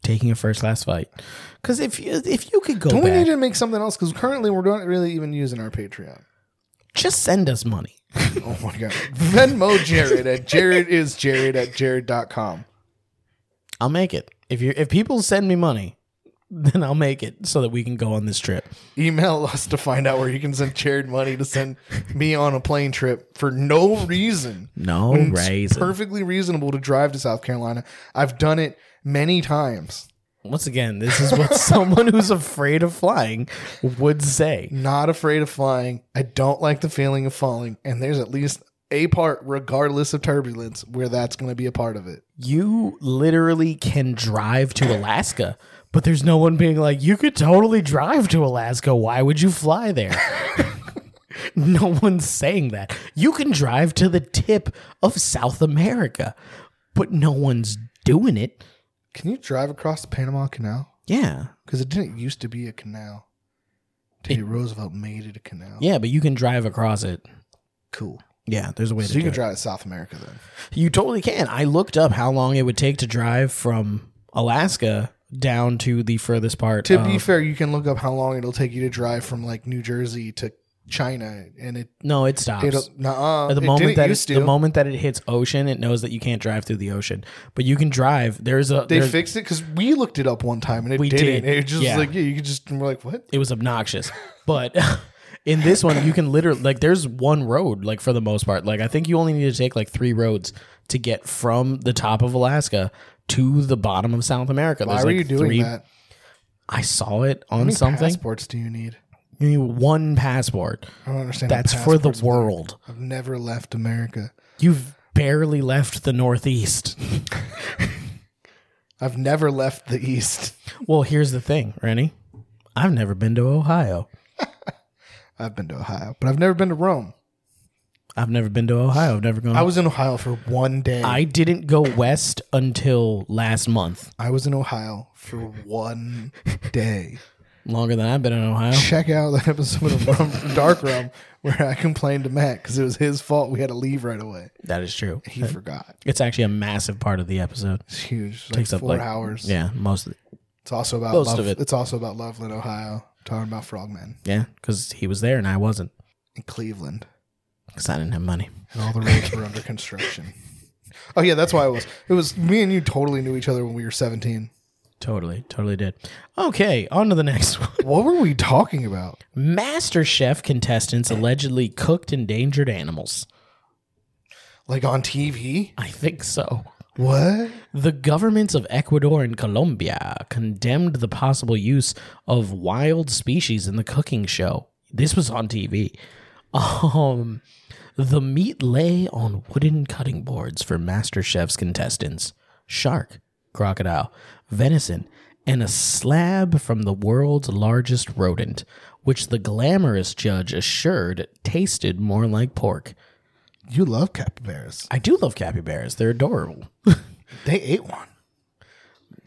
[SPEAKER 2] taking a first class flight. Because if you if you could go
[SPEAKER 1] Don't we
[SPEAKER 2] back,
[SPEAKER 1] need to make something else? Because currently we're not really even using our Patreon.
[SPEAKER 2] just send us money.
[SPEAKER 1] Oh my god. Venmo Jared at Jared is Jared at Jared.com.
[SPEAKER 2] I'll make it. If you if people send me money, then I'll make it so that we can go on this trip.
[SPEAKER 1] Email us to find out where you can send Jared money to send me on a plane trip for no reason.
[SPEAKER 2] No
[SPEAKER 1] When it's
[SPEAKER 2] raisin.
[SPEAKER 1] perfectly reasonable to drive to South Carolina. I've done it many times.
[SPEAKER 2] Once again, this is what someone who's afraid of flying would say.
[SPEAKER 1] Not afraid of flying. I don't like the feeling of falling. And there's at least a part, regardless of turbulence, where that's going to be a part of it.
[SPEAKER 2] You literally can drive to Alaska, but there's no one being like, you could totally drive to Alaska. Why would you fly there? no one's saying that. You can drive to the tip of South America, but no one's doing it.
[SPEAKER 1] Can you drive across the Panama Canal?
[SPEAKER 2] Yeah.
[SPEAKER 1] Because it didn't used to be a canal. Teddy Roosevelt made it a canal.
[SPEAKER 2] Yeah, but you can drive across it.
[SPEAKER 1] Cool.
[SPEAKER 2] Yeah, there's a way
[SPEAKER 1] So
[SPEAKER 2] to
[SPEAKER 1] you
[SPEAKER 2] do
[SPEAKER 1] can
[SPEAKER 2] it.
[SPEAKER 1] drive to South America then.
[SPEAKER 2] You totally can. I looked up how long it would take to drive from Alaska down to the furthest part.
[SPEAKER 1] To
[SPEAKER 2] of-
[SPEAKER 1] be fair, you can look up how long it'll take you to drive from like New Jersey to China, and it
[SPEAKER 2] no, it stops.
[SPEAKER 1] it'll nuh-uh,
[SPEAKER 2] At the
[SPEAKER 1] it
[SPEAKER 2] moment
[SPEAKER 1] didn't
[SPEAKER 2] that it,
[SPEAKER 1] used to.
[SPEAKER 2] the moment that it hits ocean, it knows that you can't drive through the ocean, but you can drive. There's a
[SPEAKER 1] they
[SPEAKER 2] there's-
[SPEAKER 1] fixed it because we looked it up one time and it
[SPEAKER 2] We
[SPEAKER 1] didn't.
[SPEAKER 2] did,
[SPEAKER 1] It was just
[SPEAKER 2] yeah.
[SPEAKER 1] like yeah, you could just and we're like what?
[SPEAKER 2] it was obnoxious, but. In this one, you can literally like there's one road, like for the most part. Like I think you only need to take like three roads to get from the top of Alaska to the bottom of South America.
[SPEAKER 1] Why
[SPEAKER 2] There's,
[SPEAKER 1] were
[SPEAKER 2] like,
[SPEAKER 1] you doing
[SPEAKER 2] three-
[SPEAKER 1] that?
[SPEAKER 2] I saw it on
[SPEAKER 1] How many
[SPEAKER 2] something.
[SPEAKER 1] passports do you need?
[SPEAKER 2] You need one passport.
[SPEAKER 1] I don't understand. how
[SPEAKER 2] That's for the
[SPEAKER 1] passports work.
[SPEAKER 2] world.
[SPEAKER 1] I've never left America.
[SPEAKER 2] You've barely left the Northeast.
[SPEAKER 1] I've never left the East.
[SPEAKER 2] well, here's the thing, Rennie. I've never been to Ohio.
[SPEAKER 1] I've been to Ohio, but I've never been to Rome.
[SPEAKER 2] I've never been to Ohio. I've never gone.
[SPEAKER 1] I was in Ohio for one day.
[SPEAKER 2] I didn't go west until last month.
[SPEAKER 1] I was in Ohio for one day.
[SPEAKER 2] Longer than I've been in Ohio.
[SPEAKER 1] Check out that episode of Rum, Dark Rum where I complained to Matt because it was his fault. We had to leave right away.
[SPEAKER 2] That is true.
[SPEAKER 1] He forgot.
[SPEAKER 2] It's actually a massive part of the episode.
[SPEAKER 1] It's huge. It's like
[SPEAKER 2] Takes up
[SPEAKER 1] four
[SPEAKER 2] like
[SPEAKER 1] hours.
[SPEAKER 2] Yeah, most of it.
[SPEAKER 1] It's also about
[SPEAKER 2] Most
[SPEAKER 1] Love-
[SPEAKER 2] of it.
[SPEAKER 1] It's also about Loveland, Ohio. Talking about Frogman
[SPEAKER 2] Yeah, because he was there and I wasn't.
[SPEAKER 1] in Cleveland,
[SPEAKER 2] Because I didn't have money.
[SPEAKER 1] and all the roads were under construction. Oh yeah, that's why I was. It was me and you totally knew each other when we were seventeen.
[SPEAKER 2] Totally, totally did. Okay, on to the next one.
[SPEAKER 1] What were we talking about?
[SPEAKER 2] Master Chef contestants allegedly cooked endangered animals.
[SPEAKER 1] Like on TV?
[SPEAKER 2] I think so.
[SPEAKER 1] What?
[SPEAKER 2] The governments of Ecuador and Colombia condemned the possible use of wild species in the cooking show. This was on TV. Um, the meat lay on wooden cutting boards for MasterChef's contestants shark, crocodile, venison, and a slab from the world's largest rodent, which the glamorous judge assured tasted more like pork.
[SPEAKER 1] You love capybaras.
[SPEAKER 2] I do love capybaras, they're adorable.
[SPEAKER 1] They ate one.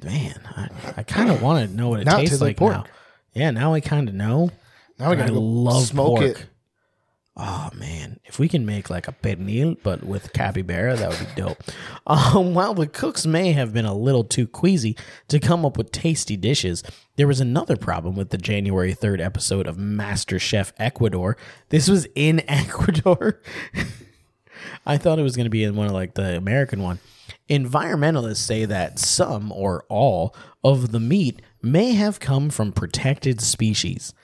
[SPEAKER 2] Man, I, I kind of want to know what it
[SPEAKER 1] Now it
[SPEAKER 2] tastes
[SPEAKER 1] tastes like
[SPEAKER 2] like
[SPEAKER 1] pork.
[SPEAKER 2] now. Yeah, now I kind of know.
[SPEAKER 1] Now we
[SPEAKER 2] I
[SPEAKER 1] gotta go
[SPEAKER 2] love
[SPEAKER 1] smoke
[SPEAKER 2] pork.
[SPEAKER 1] it.
[SPEAKER 2] Oh man, if we can make like a pernil but with capybara, that would be dope. Um, while the cooks may have been a little too queasy to come up with tasty dishes, there was another problem with the January third episode of Master Chef Ecuador. This was in Ecuador. I thought it was going to be in one of like the American one. Environmentalists say that some or all of the meat may have come from protected species.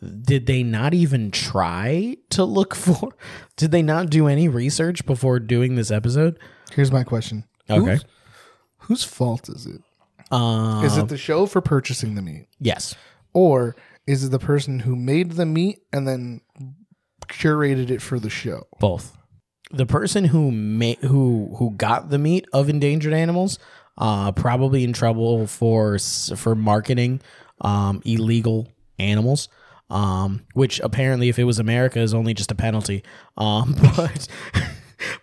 [SPEAKER 2] Did they not even try to look for? Did they not do any research before doing this episode?
[SPEAKER 1] Here's my question.
[SPEAKER 2] Okay.
[SPEAKER 1] Whose, whose fault is it?
[SPEAKER 2] Uh,
[SPEAKER 1] Is it the show for purchasing the meat?
[SPEAKER 2] yes.
[SPEAKER 1] Or is it the person who made the meat and then curated it for the show?
[SPEAKER 2] Both. The person who ma- who who got the meat of endangered animals, uh, probably in trouble for s- for marketing um, illegal animals. Um, which apparently, if it was America, is only just a penalty. Um, but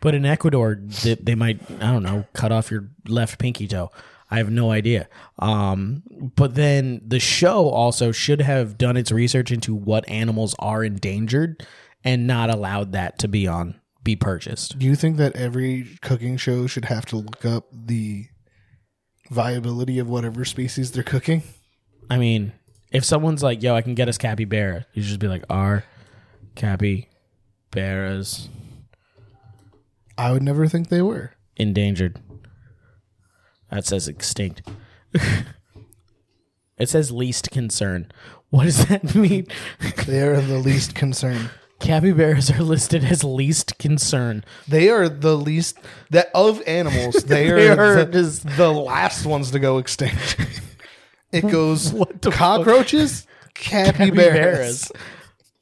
[SPEAKER 2] but in Ecuador, they, they might I don't know cut off your left pinky toe. I have no idea. Um, but then the show also should have done its research into what animals are endangered and not allowed that to be on be purchased.
[SPEAKER 1] Do you think that every cooking show should have to look up the viability of whatever species they're cooking.
[SPEAKER 2] I mean, if someone's like, "Yo, I can get us capybara," you just be like, "Our capybaras
[SPEAKER 1] I would never think they were.
[SPEAKER 2] endangered." That says extinct. it says least concern. What does that mean?
[SPEAKER 1] They are the least concern.
[SPEAKER 2] capybaras are listed as least concern.
[SPEAKER 1] They are the least that of animals. They,
[SPEAKER 2] They
[SPEAKER 1] are,
[SPEAKER 2] are
[SPEAKER 1] the,
[SPEAKER 2] just-
[SPEAKER 1] the last ones to go extinct. It goes
[SPEAKER 2] What the fuck?
[SPEAKER 1] cockroaches, capybaras.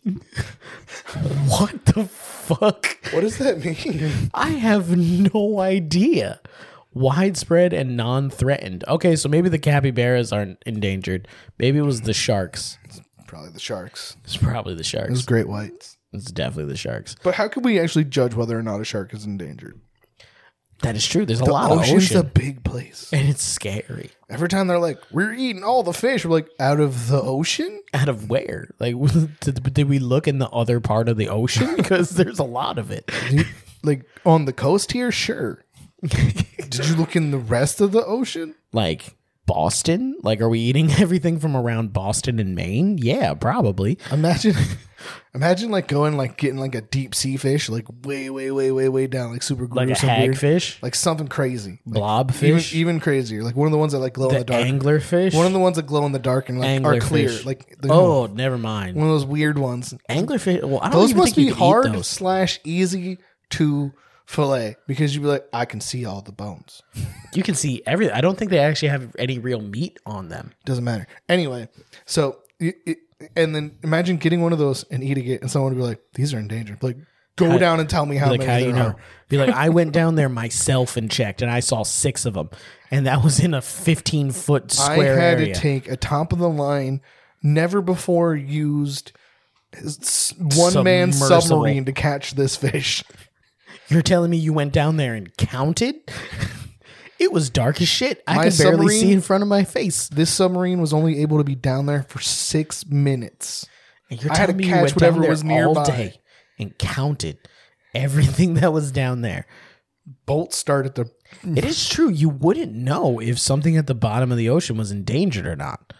[SPEAKER 2] Capybaras. what the fuck?
[SPEAKER 1] What does that mean?
[SPEAKER 2] I have no idea. Widespread and non-threatened. Okay, so maybe the capybaras aren't endangered. Maybe it was the sharks.
[SPEAKER 1] Probably the sharks.
[SPEAKER 2] It's probably the
[SPEAKER 1] Those
[SPEAKER 2] sharks.
[SPEAKER 1] great whites.
[SPEAKER 2] It's definitely the sharks.
[SPEAKER 1] But how can we actually judge whether or not a shark is endangered?
[SPEAKER 2] That is true. There's a
[SPEAKER 1] The
[SPEAKER 2] lot of
[SPEAKER 1] ocean's
[SPEAKER 2] ocean,
[SPEAKER 1] a big place.
[SPEAKER 2] and it's scary.
[SPEAKER 1] Every time they're like, "We're eating all the fish," we're like, "Out of the ocean?"
[SPEAKER 2] Out of where? Like, did, did we look in the other part of the ocean? Because there's a lot of it.
[SPEAKER 1] Do you- like on the coast here? Sure. Did you look in the rest of the ocean?
[SPEAKER 2] Like Boston. Like, are we eating everything from around Boston and Maine? Yeah, probably.
[SPEAKER 1] Imagine, imagine like going like getting like a deep sea fish, like way, way, way, way, way down, like super
[SPEAKER 2] Like a
[SPEAKER 1] gruesome, weird,
[SPEAKER 2] hagfish,
[SPEAKER 1] like something crazy, like, even,
[SPEAKER 2] blobfish,
[SPEAKER 1] even crazier, like one of the ones that like glow in the
[SPEAKER 2] the
[SPEAKER 1] dark,
[SPEAKER 2] anglerfish.
[SPEAKER 1] one of the ones that glow in the dark and like are
[SPEAKER 2] Anglerfish.
[SPEAKER 1] clear, like the,
[SPEAKER 2] Oh, never mind.
[SPEAKER 1] one of those weird ones.
[SPEAKER 2] Anglerfish. Well, I don't
[SPEAKER 1] Those
[SPEAKER 2] even
[SPEAKER 1] must
[SPEAKER 2] think
[SPEAKER 1] be
[SPEAKER 2] you could eat
[SPEAKER 1] hard
[SPEAKER 2] those.
[SPEAKER 1] slash easy to fillet because you'd be like, I can see all the bones.
[SPEAKER 2] You can see everything. I don't think they actually have any real meat on them.
[SPEAKER 1] Doesn't matter. Anyway, so y- y- and then imagine getting one of those and eating it, and someone would be like, "These are endangered." Like, go
[SPEAKER 2] How-
[SPEAKER 1] down and tell me how
[SPEAKER 2] Like
[SPEAKER 1] many
[SPEAKER 2] how
[SPEAKER 1] there
[SPEAKER 2] you know?
[SPEAKER 1] are.
[SPEAKER 2] Be like, I went down there myself and checked, and I saw six of them, and that was in a fifteen foot
[SPEAKER 1] I
[SPEAKER 2] square
[SPEAKER 1] had
[SPEAKER 2] area.
[SPEAKER 1] to take a top of the line, never before used one man
[SPEAKER 2] Submersible.
[SPEAKER 1] submarine to catch this fish.
[SPEAKER 2] You're telling me you went down there and counted? it was dark as shit. I
[SPEAKER 1] My
[SPEAKER 2] could barely
[SPEAKER 1] submarine-
[SPEAKER 2] see in front of my face.
[SPEAKER 1] This submarine was only able to be down there for six minutes.
[SPEAKER 2] And you're
[SPEAKER 1] I had
[SPEAKER 2] telling
[SPEAKER 1] to
[SPEAKER 2] me you
[SPEAKER 1] catch
[SPEAKER 2] went
[SPEAKER 1] whatever
[SPEAKER 2] down there
[SPEAKER 1] was
[SPEAKER 2] all
[SPEAKER 1] nearby.
[SPEAKER 2] day and counted everything that was down there.
[SPEAKER 1] Bolt started the
[SPEAKER 2] It is true. You wouldn't know if something at the bottom of the ocean was endangered or not.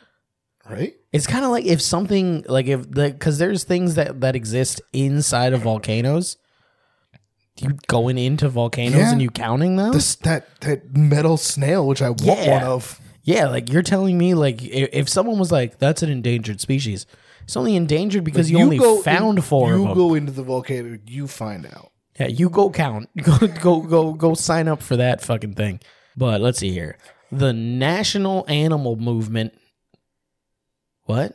[SPEAKER 1] right.
[SPEAKER 2] It's kind of like if something like if the because there's things that that exist inside of volcanoes. You going into volcanoes
[SPEAKER 1] Yeah.
[SPEAKER 2] and you counting them?
[SPEAKER 1] This that that metal snail, which I want
[SPEAKER 2] Yeah.
[SPEAKER 1] one of.
[SPEAKER 2] yeah, like you're telling me like if, if someone was like that's an endangered species, it's only endangered because you, only found
[SPEAKER 1] in-
[SPEAKER 2] four
[SPEAKER 1] You
[SPEAKER 2] of them.
[SPEAKER 1] go into the volcano, you find out.
[SPEAKER 2] Yeah, you go count. Go go go go sign up for that fucking thing. But let's see here. The National Animal Movement. What?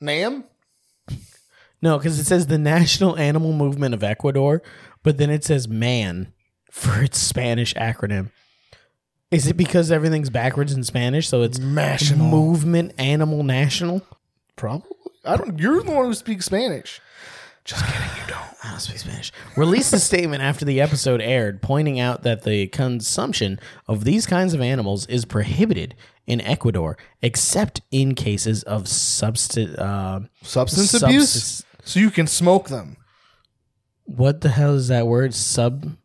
[SPEAKER 1] Nam?
[SPEAKER 2] No, because it says the National Animal Movement of Ecuador, but then it says man for its Spanish acronym. Is it because everything's backwards in Spanish, so it's
[SPEAKER 1] National.
[SPEAKER 2] Movement Animal National?
[SPEAKER 1] Probably. I don't you're the one who speaks Spanish. Just kidding, you don't.
[SPEAKER 2] I don't speak Spanish. Released a statement after the episode aired, pointing out that the consumption of these kinds of animals is prohibited in Ecuador, except in cases of substance. Uh,
[SPEAKER 1] Substance
[SPEAKER 2] substis-
[SPEAKER 1] abuse? So you can smoke them.
[SPEAKER 2] What the hell is that word? Sub.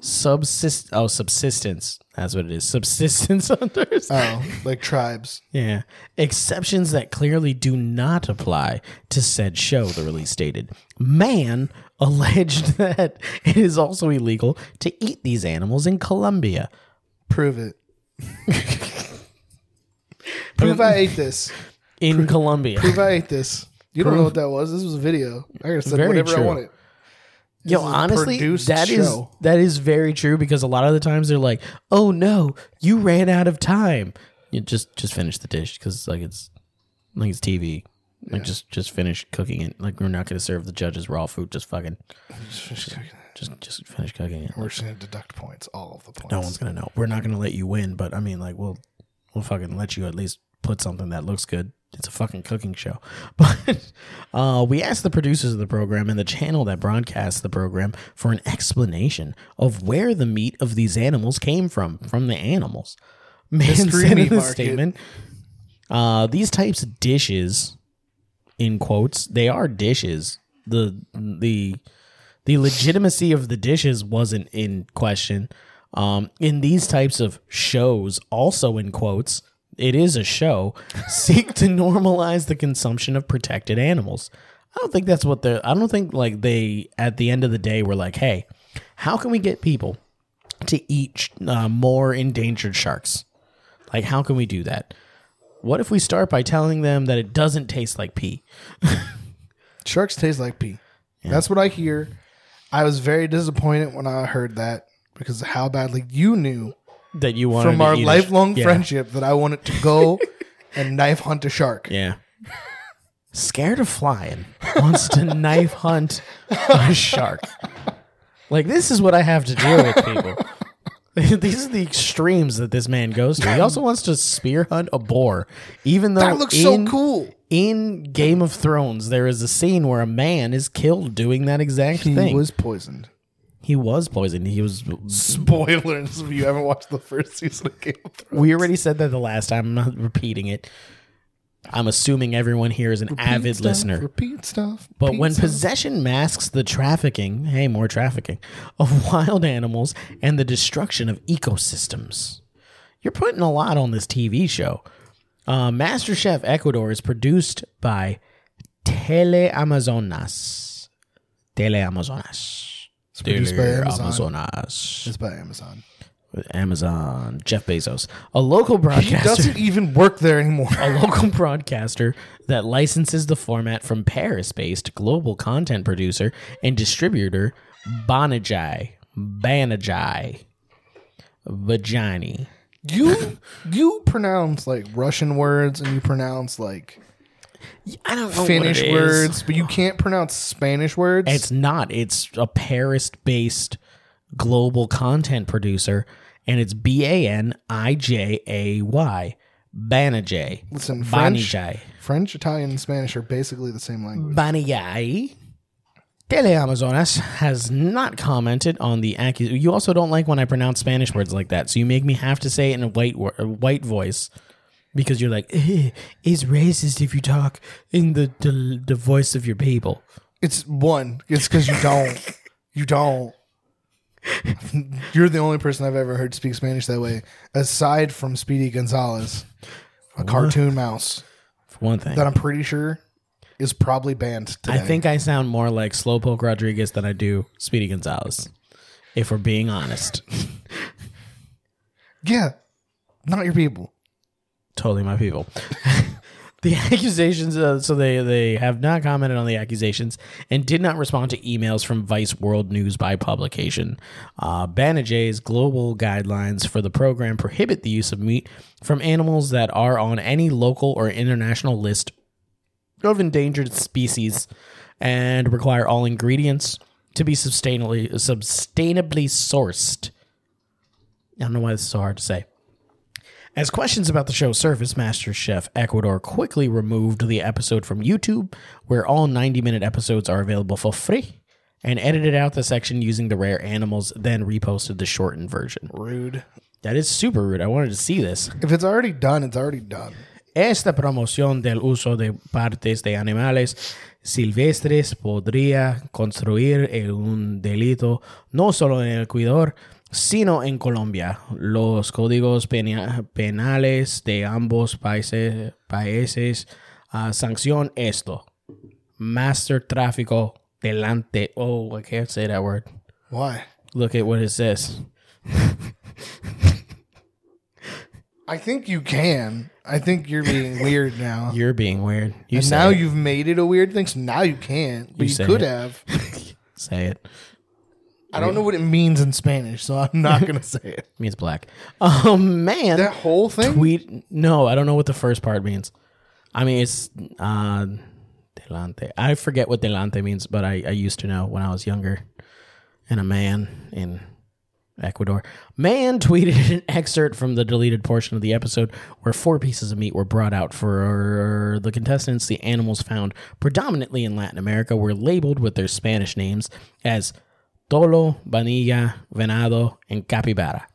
[SPEAKER 2] Subsist. Oh, subsistence. That's what it is. Subsistence hunters.
[SPEAKER 1] Oh, like tribes.
[SPEAKER 2] Yeah. Exceptions that clearly do not apply to said show, the release stated. Man alleged that it is also illegal to eat these animals in Colombia.
[SPEAKER 1] Prove it. Prove I ate this.
[SPEAKER 2] In Colombia.
[SPEAKER 1] Prove I ate this. You don't know what that was. This was a video. I gotta send
[SPEAKER 2] Very
[SPEAKER 1] whatever
[SPEAKER 2] true.
[SPEAKER 1] I wanted.
[SPEAKER 2] Yo,
[SPEAKER 1] is a
[SPEAKER 2] honestly,
[SPEAKER 1] produced
[SPEAKER 2] that is
[SPEAKER 1] show.
[SPEAKER 2] that is very true because a lot of the times they're like, "Oh no, you ran out of time." You just just finish the dish because like it's like it's TV. Like just just finish cooking it. Like we're not gonna serve the judges raw food. Just fucking just just finish cooking it.
[SPEAKER 1] We're just gonna deduct points, all of the points.
[SPEAKER 2] No one's gonna know. We're not gonna let you win, but I mean, like, we'll we'll fucking let you at least put something that looks good. It's a fucking cooking show. But uh, we asked the producers of the program and the channel that broadcasts the program for an explanation of where the meat of these animals came from, from the animals. Man
[SPEAKER 1] Mystery
[SPEAKER 2] said in
[SPEAKER 1] meat
[SPEAKER 2] the
[SPEAKER 1] market.
[SPEAKER 2] statement, uh, these types of dishes, in quotes, they are dishes. The the the legitimacy of the dishes wasn't in question. Um, in these types of shows, also in quotes, it is a show, seek to normalize the consumption of protected animals. I don't think that's what they're, I don't think like they, at the end of the day, were like, hey, how can we get people to eat uh, more endangered sharks? Like, how can we do that? What if we start by telling them that it doesn't taste like pee?
[SPEAKER 1] Sharks taste like pee. That's what I hear. I was very disappointed when I heard that because of how badly you knew
[SPEAKER 2] That you wanted
[SPEAKER 1] from
[SPEAKER 2] to
[SPEAKER 1] our
[SPEAKER 2] eat a-
[SPEAKER 1] lifelong
[SPEAKER 2] Yeah.
[SPEAKER 1] friendship that I wanted to go and knife hunt a shark.
[SPEAKER 2] Yeah. Scared of flying, wants to knife hunt a shark. Like this is what I have to deal with, people. These are the extremes that this man goes to. He also wants to spear hunt a boar, even though
[SPEAKER 1] That looks so
[SPEAKER 2] in-
[SPEAKER 1] cool.
[SPEAKER 2] In Game of Thrones, there is a scene where a man is killed doing that exact
[SPEAKER 1] He
[SPEAKER 2] thing.
[SPEAKER 1] was poisoned.
[SPEAKER 2] he was poisoned. He was.
[SPEAKER 1] Spoilers if you haven't watched the first season of Game of Thrones.
[SPEAKER 2] We already said that the last time. I'm not repeating it. I'm assuming everyone here is an avid
[SPEAKER 1] Stuff,
[SPEAKER 2] listener.
[SPEAKER 1] Repeat stuff.
[SPEAKER 2] But
[SPEAKER 1] repeat
[SPEAKER 2] when
[SPEAKER 1] stuff.
[SPEAKER 2] possession masks the trafficking, hey, more trafficking, of wild animals and the destruction of ecosystems. You're putting a lot on this TV show. Uh, MasterChef Ecuador is produced by Teleamazonas. Teleamazonas.
[SPEAKER 1] It's produced by Amazon.
[SPEAKER 2] Amazonas.
[SPEAKER 1] It's by Amazon.
[SPEAKER 2] Amazon. Jeff Bezos. A local
[SPEAKER 1] He
[SPEAKER 2] broadcaster
[SPEAKER 1] doesn't even work there anymore.
[SPEAKER 2] a local broadcaster that licenses the format from Paris based global content producer and distributor Banajai. Banajai. Vagini.
[SPEAKER 1] You you pronounce like Russian words and you pronounce like
[SPEAKER 2] I don't
[SPEAKER 1] Finnish words, but you can't pronounce Spanish words.
[SPEAKER 2] It's not. It's a Paris based global content producer, and it's B A N I J A Y. Banajay.
[SPEAKER 1] Listen, French,
[SPEAKER 2] Banajay.
[SPEAKER 1] French, Italian, and Spanish are basically the same language.
[SPEAKER 2] Baniyai. Teleamazonas has not commented on the accusation. You also don't like when I pronounce Spanish words like that, so you make me have to say it in a white wor- a white voice because you're like, "Eh, it's racist if you talk in the, the the voice of your people.
[SPEAKER 1] It's one. It's because you don't. you don't. You're the only person I've ever heard speak Spanish that way, aside from Speedy Gonzalez, a cartoon mouse
[SPEAKER 2] For one thing,
[SPEAKER 1] that I'm pretty sure is probably banned today.
[SPEAKER 2] I think I sound more like Slowpoke Rodriguez than I do Speedy Gonzalez. If we're being honest,
[SPEAKER 1] yeah, not your people.
[SPEAKER 2] totally my people. the accusations, uh, so they they have not commented on the accusations and did not respond to emails from Vice World News by publication. Uh, Banajay's global guidelines for the program prohibit the use of meat from animals that are on any local or international list of endangered species and require all ingredients to be sustainably sustainably sourced. I don't know why this is so hard to say. As questions about the show surfaced, MasterChef Ecuador quickly removed the episode from YouTube, where all 90 minute episodes are available for free, and edited out the section using the rare animals, then reposted the shortened version.
[SPEAKER 1] Rude.
[SPEAKER 2] That is super rude. I wanted to see this.
[SPEAKER 1] If it's already done, it's already done.
[SPEAKER 2] Esta promoción del uso de partes de animales silvestres podría construir en un delito no solo en El Ecuador, sino en Colombia. Los códigos pena- penales de ambos países, países ah, sancionan esto. Master tráfico delante. Oh, I can't say that word.
[SPEAKER 1] Why?
[SPEAKER 2] Look at what it says.
[SPEAKER 1] I think you can. I think you're being weird now.
[SPEAKER 2] You're being weird. You
[SPEAKER 1] and
[SPEAKER 2] say
[SPEAKER 1] now
[SPEAKER 2] it.
[SPEAKER 1] you've made it a weird thing, so now you can't. But
[SPEAKER 2] You
[SPEAKER 1] you,
[SPEAKER 2] say
[SPEAKER 1] could
[SPEAKER 2] it.
[SPEAKER 1] have.
[SPEAKER 2] say it.
[SPEAKER 1] I don't know what it means in Spanish, so I'm not going to say it.
[SPEAKER 2] means black. Oh man.
[SPEAKER 1] That whole thing?
[SPEAKER 2] Tweet. No, I don't know what the first part means. I mean, it's uh, delante. I forget what delante means, but I, I used to know when I was younger and a man in Ecuador. Man tweeted an excerpt from the deleted portion of the episode where four pieces of meat were brought out for the contestants. The animals found predominantly in Latin America were labeled with their Spanish names as tolo, vanilla, venado, and capybara.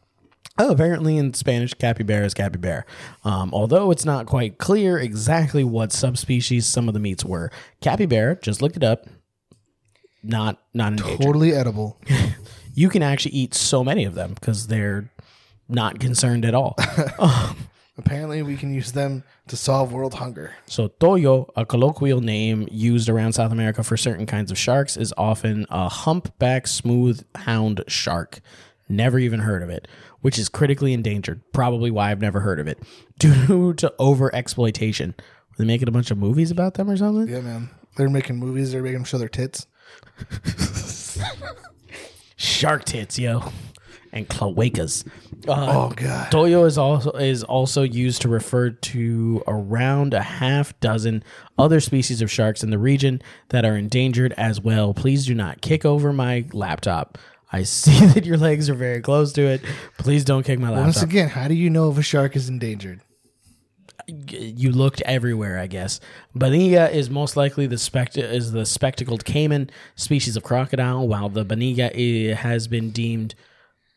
[SPEAKER 2] Oh, apparently in Spanish, capybara is capybara. Um, although it's not quite clear exactly what subspecies some of the meats were. Capybara, just looked it up. Not not endangered.
[SPEAKER 1] Totally edible.
[SPEAKER 2] You can actually eat so many of them because they're not concerned at all.
[SPEAKER 1] Apparently, we can use them to solve world hunger.
[SPEAKER 2] So toyo, a colloquial name used around South America for certain kinds of sharks, is often a humpback smooth hound shark. Never even heard of it, which is critically endangered. Probably why I've never heard of it. Due to over exploitation. Were they making a bunch of movies about them or something?
[SPEAKER 1] Yeah, man. They're making movies. They're making them show their tits.
[SPEAKER 2] Shark tits, yo. And cloacas. Uh,
[SPEAKER 1] Oh god.
[SPEAKER 2] Toyo is also is also used to refer to around a half dozen other species of sharks in the region that are endangered as well. Please do not kick over my laptop. I see that your legs are very close to it. Please don't kick my
[SPEAKER 1] Once
[SPEAKER 2] laptop.
[SPEAKER 1] again, how do you know if a shark is endangered?
[SPEAKER 2] You looked everywhere, I guess. Baniga is most likely the spect- is the spectacled caiman species of crocodile, while the baniga i- has been deemed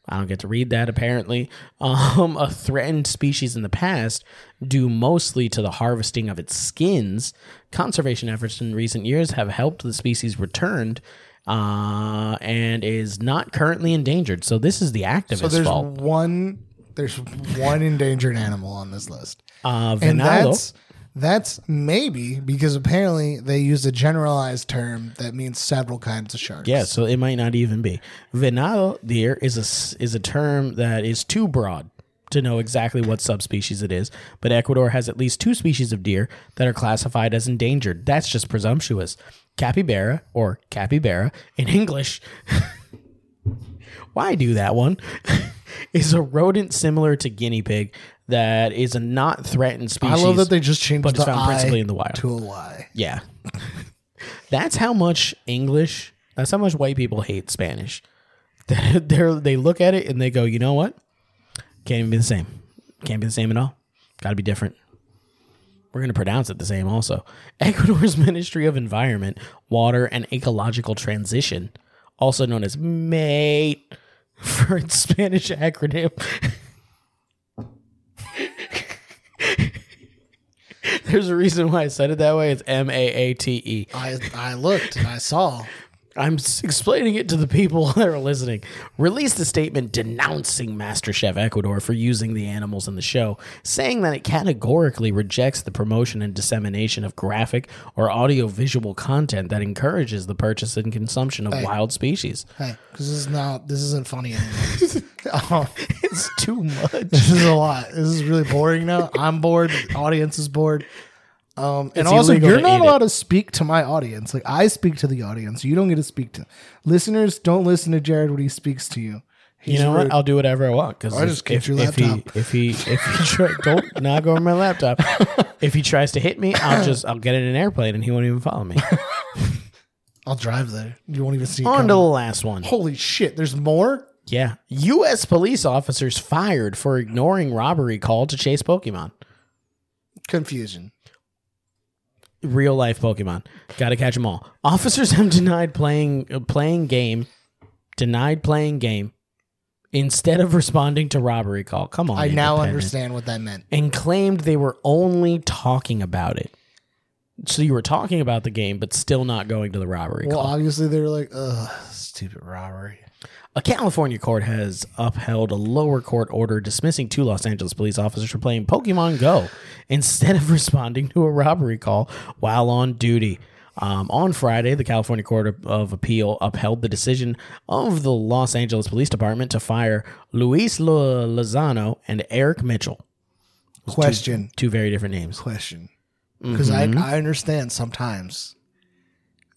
[SPEAKER 2] I don't get to read that apparently. Um, a threatened species in the past, due mostly to the harvesting of its skins. Conservation efforts in recent years have helped the species returned, uh, and is not currently endangered. So this is the
[SPEAKER 1] So
[SPEAKER 2] activist's
[SPEAKER 1] there's
[SPEAKER 2] fault.
[SPEAKER 1] one. There's one endangered animal on this list,
[SPEAKER 2] Uh,
[SPEAKER 1] and
[SPEAKER 2] Venado,
[SPEAKER 1] that's that's maybe because apparently they use a generalized term that means several kinds of sharks.
[SPEAKER 2] yeah. So it might not even be venado. Deer is a s- is a term that is too broad to know exactly what subspecies it is. But Ecuador has at least two species of deer that are classified as endangered. That's just presumptuous. Capybara or capybara in English. Why do that one? is a rodent similar to guinea pig that is a not threatened
[SPEAKER 1] I
[SPEAKER 2] species.
[SPEAKER 1] love that they just changed
[SPEAKER 2] but
[SPEAKER 1] the
[SPEAKER 2] it's found
[SPEAKER 1] I
[SPEAKER 2] principally in the wild.
[SPEAKER 1] to a Y.
[SPEAKER 2] Yeah. that's how much English, that's how much white people hate Spanish. They're, they're, they look at it and they go, you know what? Can't even be the same. Can't be the same at all. Got to be different. We're going to pronounce it the same also. Ecuador's Ministry of Environment, Water, and Ecological Transition, also known as MATE E, for its Spanish acronym. There's a reason why I said it that way. It's M A A T E.
[SPEAKER 1] I I looked and I saw.
[SPEAKER 2] I'm s- explaining it to the people that are listening. Released a statement denouncing MasterChef Ecuador for using the animals in the show, saying that it categorically rejects the promotion and dissemination of graphic or audiovisual content that encourages the purchase and consumption of wild species.
[SPEAKER 1] Hey, because this is not this isn't funny anymore. Oh,
[SPEAKER 2] It's too much.
[SPEAKER 1] this is a lot. This is really boring now. I'm bored. The audience is bored. Um, and
[SPEAKER 2] It's
[SPEAKER 1] also,
[SPEAKER 2] illegal
[SPEAKER 1] you're
[SPEAKER 2] to
[SPEAKER 1] not
[SPEAKER 2] eat
[SPEAKER 1] allowed to speak to my audience. Like I speak to the audience. You don't get to speak to listeners. Don't listen to Jared when he speaks to you.
[SPEAKER 2] You
[SPEAKER 1] He's
[SPEAKER 2] know
[SPEAKER 1] rude.
[SPEAKER 2] what? I'll do whatever I want because
[SPEAKER 1] just kicked your laptop.
[SPEAKER 2] If he if he if he try, don't not go over my laptop. If he tries to hit me, I'll just I'll get in an airplane and he won't even follow me.
[SPEAKER 1] I'll drive there. You won't even see. it
[SPEAKER 2] On to
[SPEAKER 1] coming.
[SPEAKER 2] the last one.
[SPEAKER 1] Holy shit! There's more.
[SPEAKER 2] Yeah, U.S. police officers fired for ignoring robbery call to chase Pokemon.
[SPEAKER 1] Confusion.
[SPEAKER 2] Real life Pokemon. Got to catch them all. Officers have denied playing uh, playing game, denied playing game, instead of responding to robbery call. Come on,
[SPEAKER 1] I now
[SPEAKER 2] Independent.
[SPEAKER 1] understand what that meant.
[SPEAKER 2] and claimed they were only talking about it. So you were talking about the game, but still not going to the robbery
[SPEAKER 1] Well,
[SPEAKER 2] call.
[SPEAKER 1] obviously they were like, "Ugh, stupid robbery."
[SPEAKER 2] A California court has upheld a lower court order dismissing two Los Angeles police officers for playing Pokemon Go instead of responding to a robbery call while on duty. Um, on Friday, the California Court of- of Appeal upheld the decision of the Los Angeles Police Department to fire Luis Lo- Lozano and Eric Mitchell.
[SPEAKER 1] Question.
[SPEAKER 2] Two very different names.
[SPEAKER 1] Question. Because I, I understand sometimes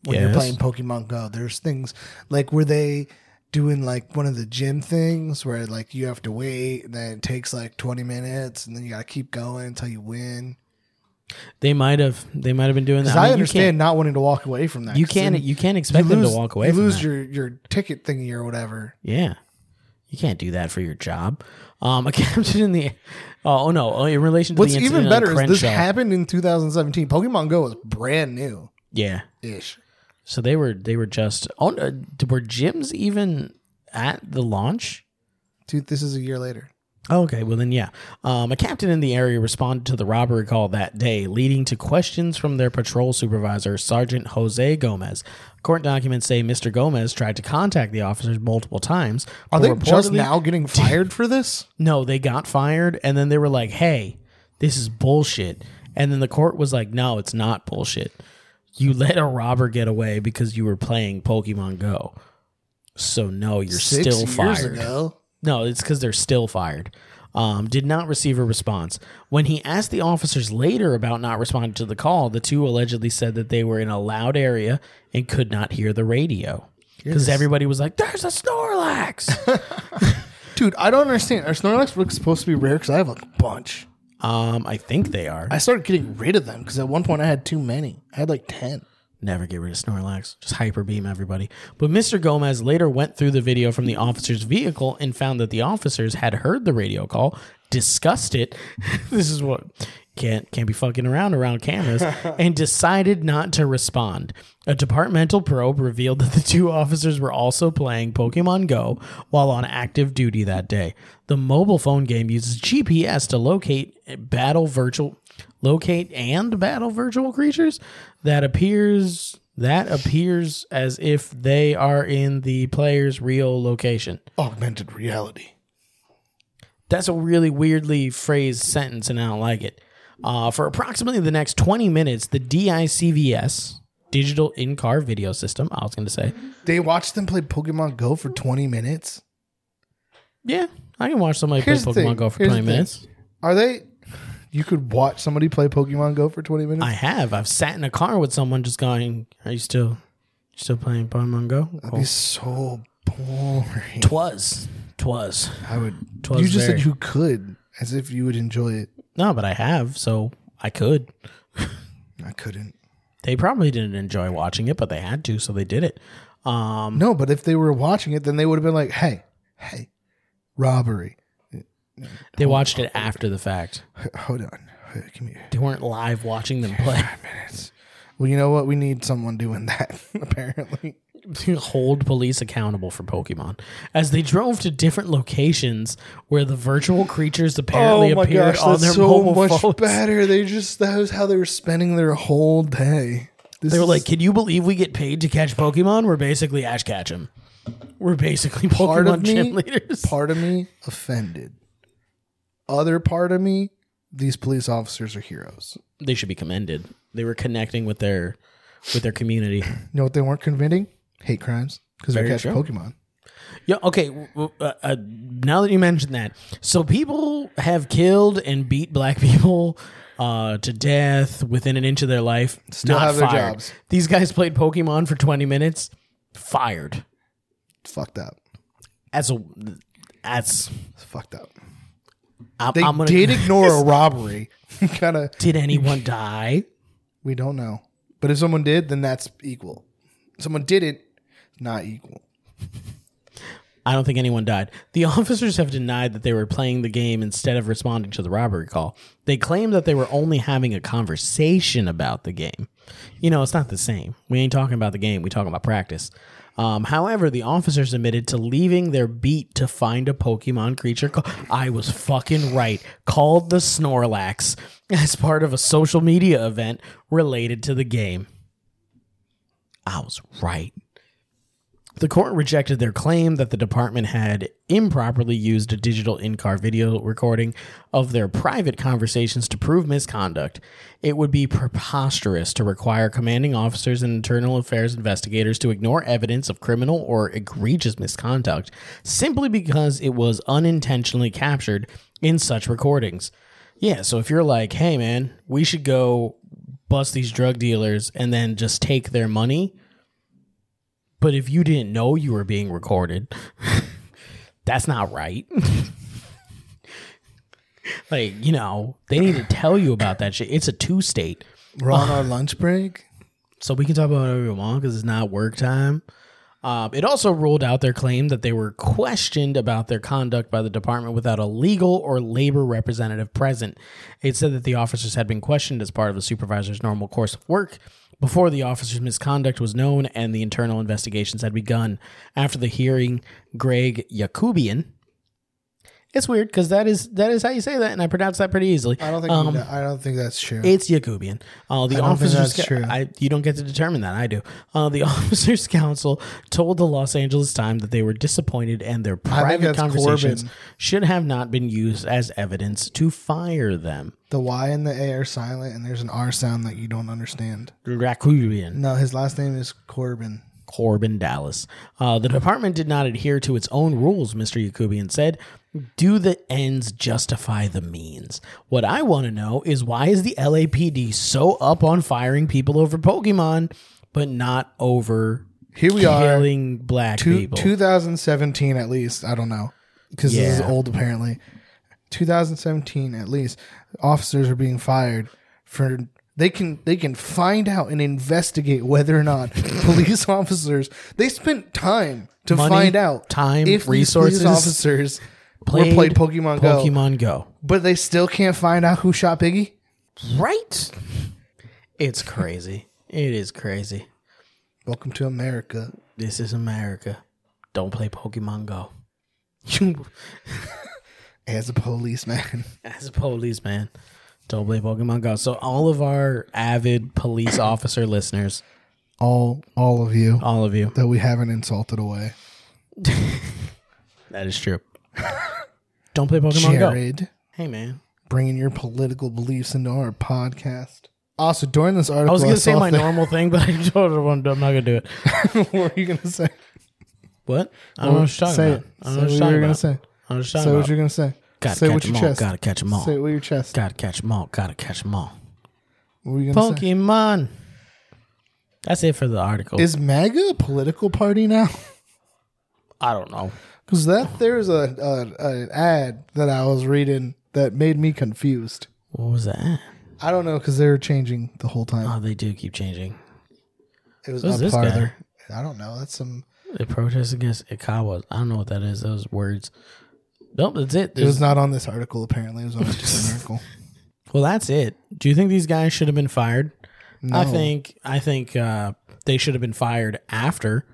[SPEAKER 1] when you're
[SPEAKER 2] Mm-hmm.
[SPEAKER 1] playing
[SPEAKER 2] Yes.
[SPEAKER 1] Pokemon Go, there's things like were they doing like one of the gym things where like you have to wait and then it takes like 20 minutes and then you got to keep going until you win.
[SPEAKER 2] They might have. They might have been doing that.
[SPEAKER 1] Because
[SPEAKER 2] I
[SPEAKER 1] I,
[SPEAKER 2] mean,
[SPEAKER 1] understand not wanting to walk away from that.
[SPEAKER 2] You
[SPEAKER 1] 'cause
[SPEAKER 2] can't. You
[SPEAKER 1] then
[SPEAKER 2] can't, you can't expect
[SPEAKER 1] you
[SPEAKER 2] them
[SPEAKER 1] lose-
[SPEAKER 2] to walk away.
[SPEAKER 1] You
[SPEAKER 2] from
[SPEAKER 1] lose
[SPEAKER 2] that.
[SPEAKER 1] your your ticket thingy or whatever.
[SPEAKER 2] Yeah. You can't do that for your job. Um, a captain in the. Oh, oh, no. Oh, in relation to
[SPEAKER 1] What's
[SPEAKER 2] the incident
[SPEAKER 1] even
[SPEAKER 2] on
[SPEAKER 1] better is this
[SPEAKER 2] Crenshaw-
[SPEAKER 1] happened in 2017. Pokemon Go was brand new
[SPEAKER 2] Yeah.
[SPEAKER 1] ish.
[SPEAKER 2] So they were they were just. Oh, no, were gyms even at the launch?
[SPEAKER 1] Dude, this is a year later.
[SPEAKER 2] Okay, well then, yeah. Um, a captain in the area responded to the robbery call that day, leading to questions from their patrol supervisor, Sergeant Jose Gomez. Court documents say Mr. Gomez tried to contact the officers multiple times.
[SPEAKER 1] Are
[SPEAKER 2] but
[SPEAKER 1] they just
[SPEAKER 2] reportedly-
[SPEAKER 1] now getting fired for this?
[SPEAKER 2] No, they got fired, and then they were like, "Hey, this is bullshit." And then the court was like, "No, it's not bullshit. You let a robber get away because you were playing Pokemon Go. So no, you're still fired."
[SPEAKER 3] ago.
[SPEAKER 2] No, it's because they're still fired. Um, did not receive a response. When he asked the officers later about not responding to the call, the two allegedly said that they were in a loud area and could not hear the radio. Because everybody was like, there's a Snorlax.
[SPEAKER 1] Dude, I don't understand. Are Snorlax books supposed to be rare? Because I have a bunch.
[SPEAKER 2] um, I think they are.
[SPEAKER 1] I started getting rid of them because at one point I had too many. I had like 10.
[SPEAKER 2] Never get rid of Snorlax. Just hyper beam everybody. But Mr. Gomez later went through the video from the officer's vehicle and found that the officers had heard the radio call, discussed it. this is what can't can't be fucking around around cameras and decided not to respond. A departmental probe revealed that the two officers were also playing Pokemon Go while on active duty that day. The mobile phone game uses GPS to locate eh, battle virtual locate and battle virtual creatures that appears that appears as if they are in the player's real location.
[SPEAKER 1] Augmented reality.
[SPEAKER 2] That's a really weirdly phrased sentence, and I don't like it. Uh, for approximately the next 20 minutes, the DICVS, Digital In Car Video System, I was going to say,
[SPEAKER 1] They watched them play Pokemon Go for 20 minutes.
[SPEAKER 2] yeah, I can watch somebody
[SPEAKER 1] Here's the
[SPEAKER 2] play
[SPEAKER 1] thing.
[SPEAKER 2] Pokemon Go for
[SPEAKER 1] Here's
[SPEAKER 2] 20
[SPEAKER 1] the thing.
[SPEAKER 2] minutes.
[SPEAKER 1] Are they? You could watch somebody play Pokemon Go for 20 minutes?
[SPEAKER 2] I have. I've sat in a car with someone just going, Are you still you still playing Pokemon Go? Cool.
[SPEAKER 1] That'd be so boring.
[SPEAKER 2] Twas. Twas.
[SPEAKER 1] I would.
[SPEAKER 2] Twas
[SPEAKER 1] you just
[SPEAKER 2] very-
[SPEAKER 1] said you could, as if you would enjoy it.
[SPEAKER 2] No, but I have, so I could.
[SPEAKER 1] I couldn't.
[SPEAKER 2] They probably didn't enjoy watching it, but they had to, so they did it. Um,
[SPEAKER 1] No, but if they were watching it, then they would have been like, "Hey, hey, robbery!
[SPEAKER 2] they
[SPEAKER 1] Oh,
[SPEAKER 2] watched it after the fact.
[SPEAKER 1] H- Hold on, H- come here."
[SPEAKER 2] They weren't live watching them play.
[SPEAKER 1] Well, you know what? We need someone doing that. apparently,
[SPEAKER 2] to hold police accountable for Pokemon as they drove to different locations where the virtual creatures
[SPEAKER 1] Oh
[SPEAKER 2] apparently appeared on their mobile phones.
[SPEAKER 1] better. They just that was how they were spending their whole day. This
[SPEAKER 2] They were
[SPEAKER 1] is
[SPEAKER 2] like, "Can you believe we get paid to catch Pokemon? We're basically Ash Ketchum. We're basically
[SPEAKER 1] part
[SPEAKER 2] Pokemon
[SPEAKER 1] of me.
[SPEAKER 2] gym leaders."
[SPEAKER 1] Part of me offended. Other part of me, these police officers are heroes.
[SPEAKER 2] they should be commended. They were connecting with their with their community.
[SPEAKER 1] You know what they weren't convicting? Hate crimes because they're
[SPEAKER 2] Very
[SPEAKER 1] catching
[SPEAKER 2] true.
[SPEAKER 1] Pokemon.
[SPEAKER 2] Yeah. Okay. w- w- Uh, uh, now that you mention that, so people have killed and beat black people uh, to death within an inch of their life.
[SPEAKER 1] Still
[SPEAKER 2] not
[SPEAKER 1] have their
[SPEAKER 2] fired.
[SPEAKER 1] jobs.
[SPEAKER 2] These guys played Pokemon for twenty minutes. Fired.
[SPEAKER 1] Fucked up.
[SPEAKER 2] That's a. That's.
[SPEAKER 1] It's fucked up.
[SPEAKER 2] I'm,
[SPEAKER 1] They
[SPEAKER 2] I'm gonna,
[SPEAKER 1] did ignore a robbery. kind of.
[SPEAKER 2] Did anyone die?
[SPEAKER 1] We don't know. But if someone did, then that's equal. Someone didn't, not equal.
[SPEAKER 2] I don't think anyone died. The officers have denied that they were playing the game instead of responding to the robbery call. They claim that they were only having a conversation about the game. You know, it's not the same. We ain't talking about the game, we talking about practice. Um, however, the officers admitted to leaving their beat to find a Pokemon creature. Call- I was fucking right. Called the Snorlax as part of a social media event related to the game. I was right. The court rejected their claim that the department had improperly used a digital in car video recording of their private conversations to prove misconduct. It would be preposterous to require commanding officers and internal affairs investigators to ignore evidence of criminal or egregious misconduct simply because it was unintentionally captured in such recordings. Yeah, so if you're like, hey man, we should go bust these drug dealers and then just take their money. But if you didn't know you were being recorded, that's not right. like, you know, they need to tell you about that shit. It's a two state.
[SPEAKER 1] We're on our lunch break.
[SPEAKER 2] So we can talk about whatever we want because it's not work time. Um, it also ruled out their claim that they were questioned about their conduct by the department without a legal or labor representative present. It said that the officers had been questioned as part of the supervisor's normal course of work before the officer's misconduct was known and the internal investigations had begun. After the hearing, Greg Yakubian It's weird because that is that is how you say that, and I pronounce that pretty easily.
[SPEAKER 1] I don't think.
[SPEAKER 2] Um,
[SPEAKER 1] we know- I don't think that's true.
[SPEAKER 2] It's Yakubian. Uh, the
[SPEAKER 1] I don't think that's
[SPEAKER 2] officers. ca-
[SPEAKER 1] true.
[SPEAKER 2] I, you don't get to determine that. I do. Uh, the officers' council told the Los Angeles Times that they were disappointed, and their private
[SPEAKER 1] that's
[SPEAKER 2] conversations
[SPEAKER 1] Corbin.
[SPEAKER 2] should have not been used as evidence to fire them.
[SPEAKER 1] the Y and the A are silent, and there's an R sound that you don't understand.
[SPEAKER 2] Yakubian.
[SPEAKER 1] No, his last name is Corbin.
[SPEAKER 2] Corbin Dallas. Uh, the department did not adhere to its own rules, Mr. Yakubian said. Do the ends justify the means? What I want to know is why is the LAPD so up on firing people over Pokemon, but not over
[SPEAKER 1] Here we are,
[SPEAKER 2] killing black
[SPEAKER 1] two,
[SPEAKER 2] people?
[SPEAKER 1] 2017 at least. I don't know because this is
[SPEAKER 2] Yeah.
[SPEAKER 1] old apparently. 2017 at least. Officers are being fired for they can they can find out and investigate whether or not police officers they spent time to
[SPEAKER 2] Money,
[SPEAKER 1] find out
[SPEAKER 2] time,
[SPEAKER 1] if these
[SPEAKER 2] resources,
[SPEAKER 1] police officers played, were played Pokemon, Go,
[SPEAKER 2] Pokemon Go.
[SPEAKER 1] but they still can't find out who shot Biggie.
[SPEAKER 2] Right? It's crazy. it is crazy.
[SPEAKER 1] Welcome to America.
[SPEAKER 2] This is America. Don't play Pokemon Go. You
[SPEAKER 1] as a policeman.
[SPEAKER 2] as a policeman. Don't play Pokemon Go. So all of our avid police officer listeners,
[SPEAKER 1] All all of you
[SPEAKER 2] all of you.
[SPEAKER 1] that we haven't insulted away.
[SPEAKER 2] That is true. Don't play Pokemon Go.
[SPEAKER 1] Jared,
[SPEAKER 2] Hey man.
[SPEAKER 1] bringing your political beliefs into our podcast. Also, during this article,
[SPEAKER 2] I was gonna say
[SPEAKER 1] saw
[SPEAKER 2] my
[SPEAKER 1] that-
[SPEAKER 2] normal thing, but I told her I'm I'm not gonna do it.
[SPEAKER 1] what were you gonna say?
[SPEAKER 2] What? I don't know what you're talking
[SPEAKER 1] say
[SPEAKER 2] about.
[SPEAKER 1] it.
[SPEAKER 2] I
[SPEAKER 1] Say
[SPEAKER 2] don't know what
[SPEAKER 1] what
[SPEAKER 2] you're
[SPEAKER 1] you were
[SPEAKER 2] talking
[SPEAKER 1] gonna
[SPEAKER 2] about.
[SPEAKER 1] say.
[SPEAKER 2] I don't know what you're
[SPEAKER 1] Say
[SPEAKER 2] talking
[SPEAKER 1] what
[SPEAKER 2] about.
[SPEAKER 1] you're gonna say.
[SPEAKER 2] Gotta
[SPEAKER 1] say
[SPEAKER 2] catch
[SPEAKER 1] what
[SPEAKER 2] them
[SPEAKER 1] your
[SPEAKER 2] all.
[SPEAKER 1] chest.
[SPEAKER 2] Gotta catch them all.
[SPEAKER 1] Say it with your chest.
[SPEAKER 2] Gotta catch them all. Gotta catch them all.
[SPEAKER 1] What were you gonna say?
[SPEAKER 2] Pokemon. That's it for the article.
[SPEAKER 1] Is MAGA a political party now?
[SPEAKER 2] I don't know.
[SPEAKER 1] Because that there's a, a an ad that I was reading that made me confused.
[SPEAKER 2] What was that?
[SPEAKER 1] I don't know because they were changing the whole time.
[SPEAKER 2] Oh, they do keep changing.
[SPEAKER 1] it was
[SPEAKER 2] who's
[SPEAKER 1] up
[SPEAKER 2] this guy?
[SPEAKER 1] farther. I don't know. That's some.
[SPEAKER 2] They protest against Ikawa. I don't know what that is. Those words. Nope, that's it.
[SPEAKER 1] It was
[SPEAKER 2] There's-
[SPEAKER 1] not on this article. Apparently, it was on a different article.
[SPEAKER 2] well, that's it. Do you think these guys should have been fired? I think I think uh, they should have been fired after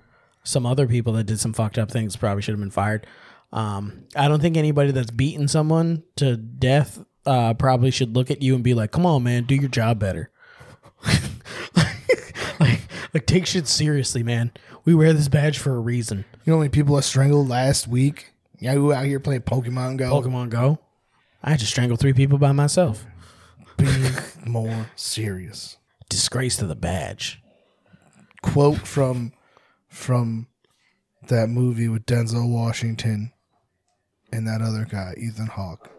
[SPEAKER 2] some other people that did some fucked up things probably should have been fired. Um, I don't think anybody that's beaten someone to death uh, probably should look at you and be like, "Come on, man, do your job better." like, like, take shit seriously, man. We wear this badge for a reason.
[SPEAKER 1] You know how many people I strangled last week? Yeah, who out here playing Pokemon Go?
[SPEAKER 2] Pokemon Go. I had to strangle three people by myself.
[SPEAKER 1] Be more serious.
[SPEAKER 2] Disgrace to the badge.
[SPEAKER 1] Quote from from that movie with Denzel Washington and that other guy, Ethan Hawke.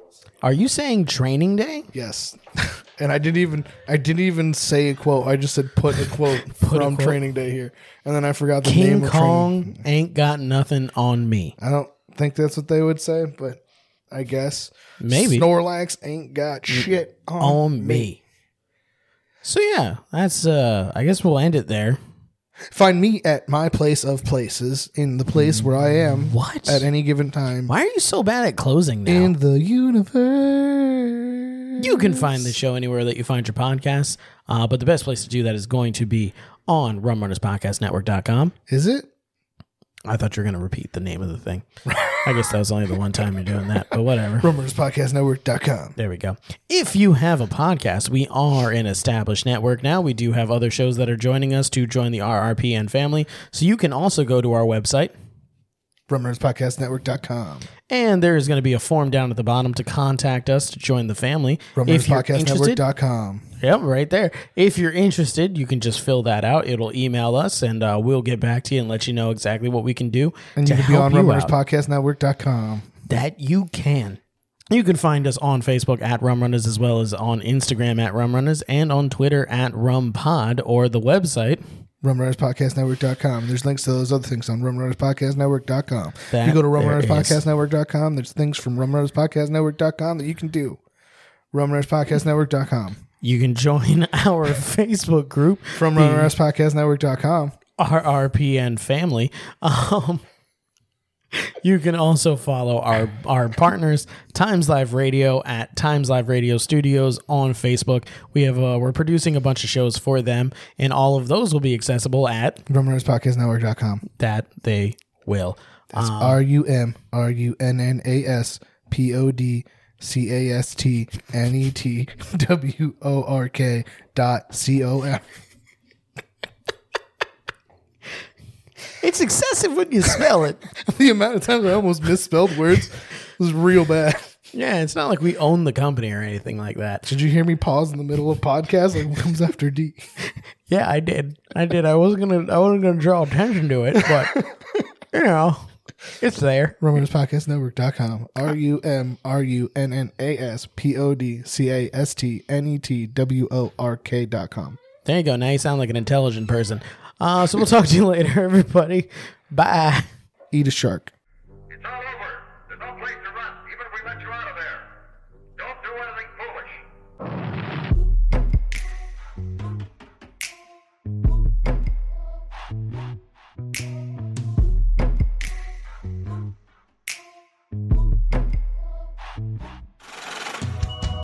[SPEAKER 2] Are you saying training day?
[SPEAKER 1] Yes. and I didn't even I didn't even say a quote. I just said put a quote
[SPEAKER 2] a
[SPEAKER 1] from
[SPEAKER 2] quote.
[SPEAKER 1] Training Day here. And then I forgot the name
[SPEAKER 2] King
[SPEAKER 1] of
[SPEAKER 2] Kong
[SPEAKER 1] Training.
[SPEAKER 2] ain't got nothing on me.
[SPEAKER 1] I don't think that's what they would say, but I guess
[SPEAKER 2] Maybe. Um,
[SPEAKER 1] Snorlax ain't got shit on,
[SPEAKER 2] on me. So yeah, that's uh I guess we'll end it there.
[SPEAKER 1] Find me at my place of places in the place where I am
[SPEAKER 2] What?
[SPEAKER 1] at any given time
[SPEAKER 2] Why are you so bad at closing now?
[SPEAKER 1] in the universe.
[SPEAKER 2] you can find the show anywhere that you find your podcasts. Uh, but the best place to do that is going to be on rumrunnerspodcastnetwork.com.
[SPEAKER 1] Is it?
[SPEAKER 2] I thought you were going to repeat the name of the thing. I guess that was only the one time you're doing that, but whatever.
[SPEAKER 1] RumorsPodcastNetwork.com.
[SPEAKER 2] There we go. If you have a podcast, we are an established network now. We do have other shows that are joining us to join the RRPN family. So you can also go to our website,
[SPEAKER 1] RumorsPodcastNetwork.com.
[SPEAKER 2] and there is going to be a form down at the bottom to contact us to join the family. If you're interested,
[SPEAKER 1] RumorsPodcastNetwork.com.
[SPEAKER 2] yep, right there. If you're interested, you can just fill that out. It'll email us, and uh, we'll get back to you and let you know exactly what we can do
[SPEAKER 1] And
[SPEAKER 2] to
[SPEAKER 1] you can be
[SPEAKER 2] help
[SPEAKER 1] on
[SPEAKER 2] you out
[SPEAKER 1] RumorsPodcastNetwork.com.
[SPEAKER 2] that you can. You can find us on Facebook at Rum Runners as well as on Instagram at Rum Runners and on Twitter at Rum Pod or the website.
[SPEAKER 1] RumorsPodcastNetwork.com. There's links to those other things on RumorsPodcastNetwork.com.
[SPEAKER 2] That
[SPEAKER 1] you go to
[SPEAKER 2] there is.
[SPEAKER 1] RumorsPodcastNetwork.com. There's things from RumorsPodcastNetwork.com that you can do. RumorsPodcastNetwork.com.
[SPEAKER 2] You can join our Facebook group,
[SPEAKER 1] From RumorsPodcastNetwork.com.
[SPEAKER 2] RRPN Family. Um, you can also follow our, our partners, Times Live Radio at Times Live Radio Studios on Facebook. We have uh, we're producing a bunch of shows for them, and all of those will be accessible at
[SPEAKER 1] RumorsPodcastNetwork.com.
[SPEAKER 2] Ah. that they will. Um,
[SPEAKER 1] R U M R U N N A S P O D C A S T N E T W O R K dot C O M.
[SPEAKER 2] It's excessive when you smell it.
[SPEAKER 1] The amount of times I almost misspelled words was real bad.
[SPEAKER 2] yeah, it's not like we own the company or anything like that.
[SPEAKER 1] Did you hear me pause in the middle of podcast? Like what comes after D?
[SPEAKER 2] Yeah, I did. I did. I wasn't gonna. I wasn't gonna draw attention to it, but you know, it's there.
[SPEAKER 1] Romanus Podcast Network.com. R U M R U N N A S P O D C A S T N E T W O R K dot com.
[SPEAKER 2] There you go. Now you sound like an intelligent person. Uh, so we'll talk to you later, everybody. Bye.
[SPEAKER 1] Eat a shark.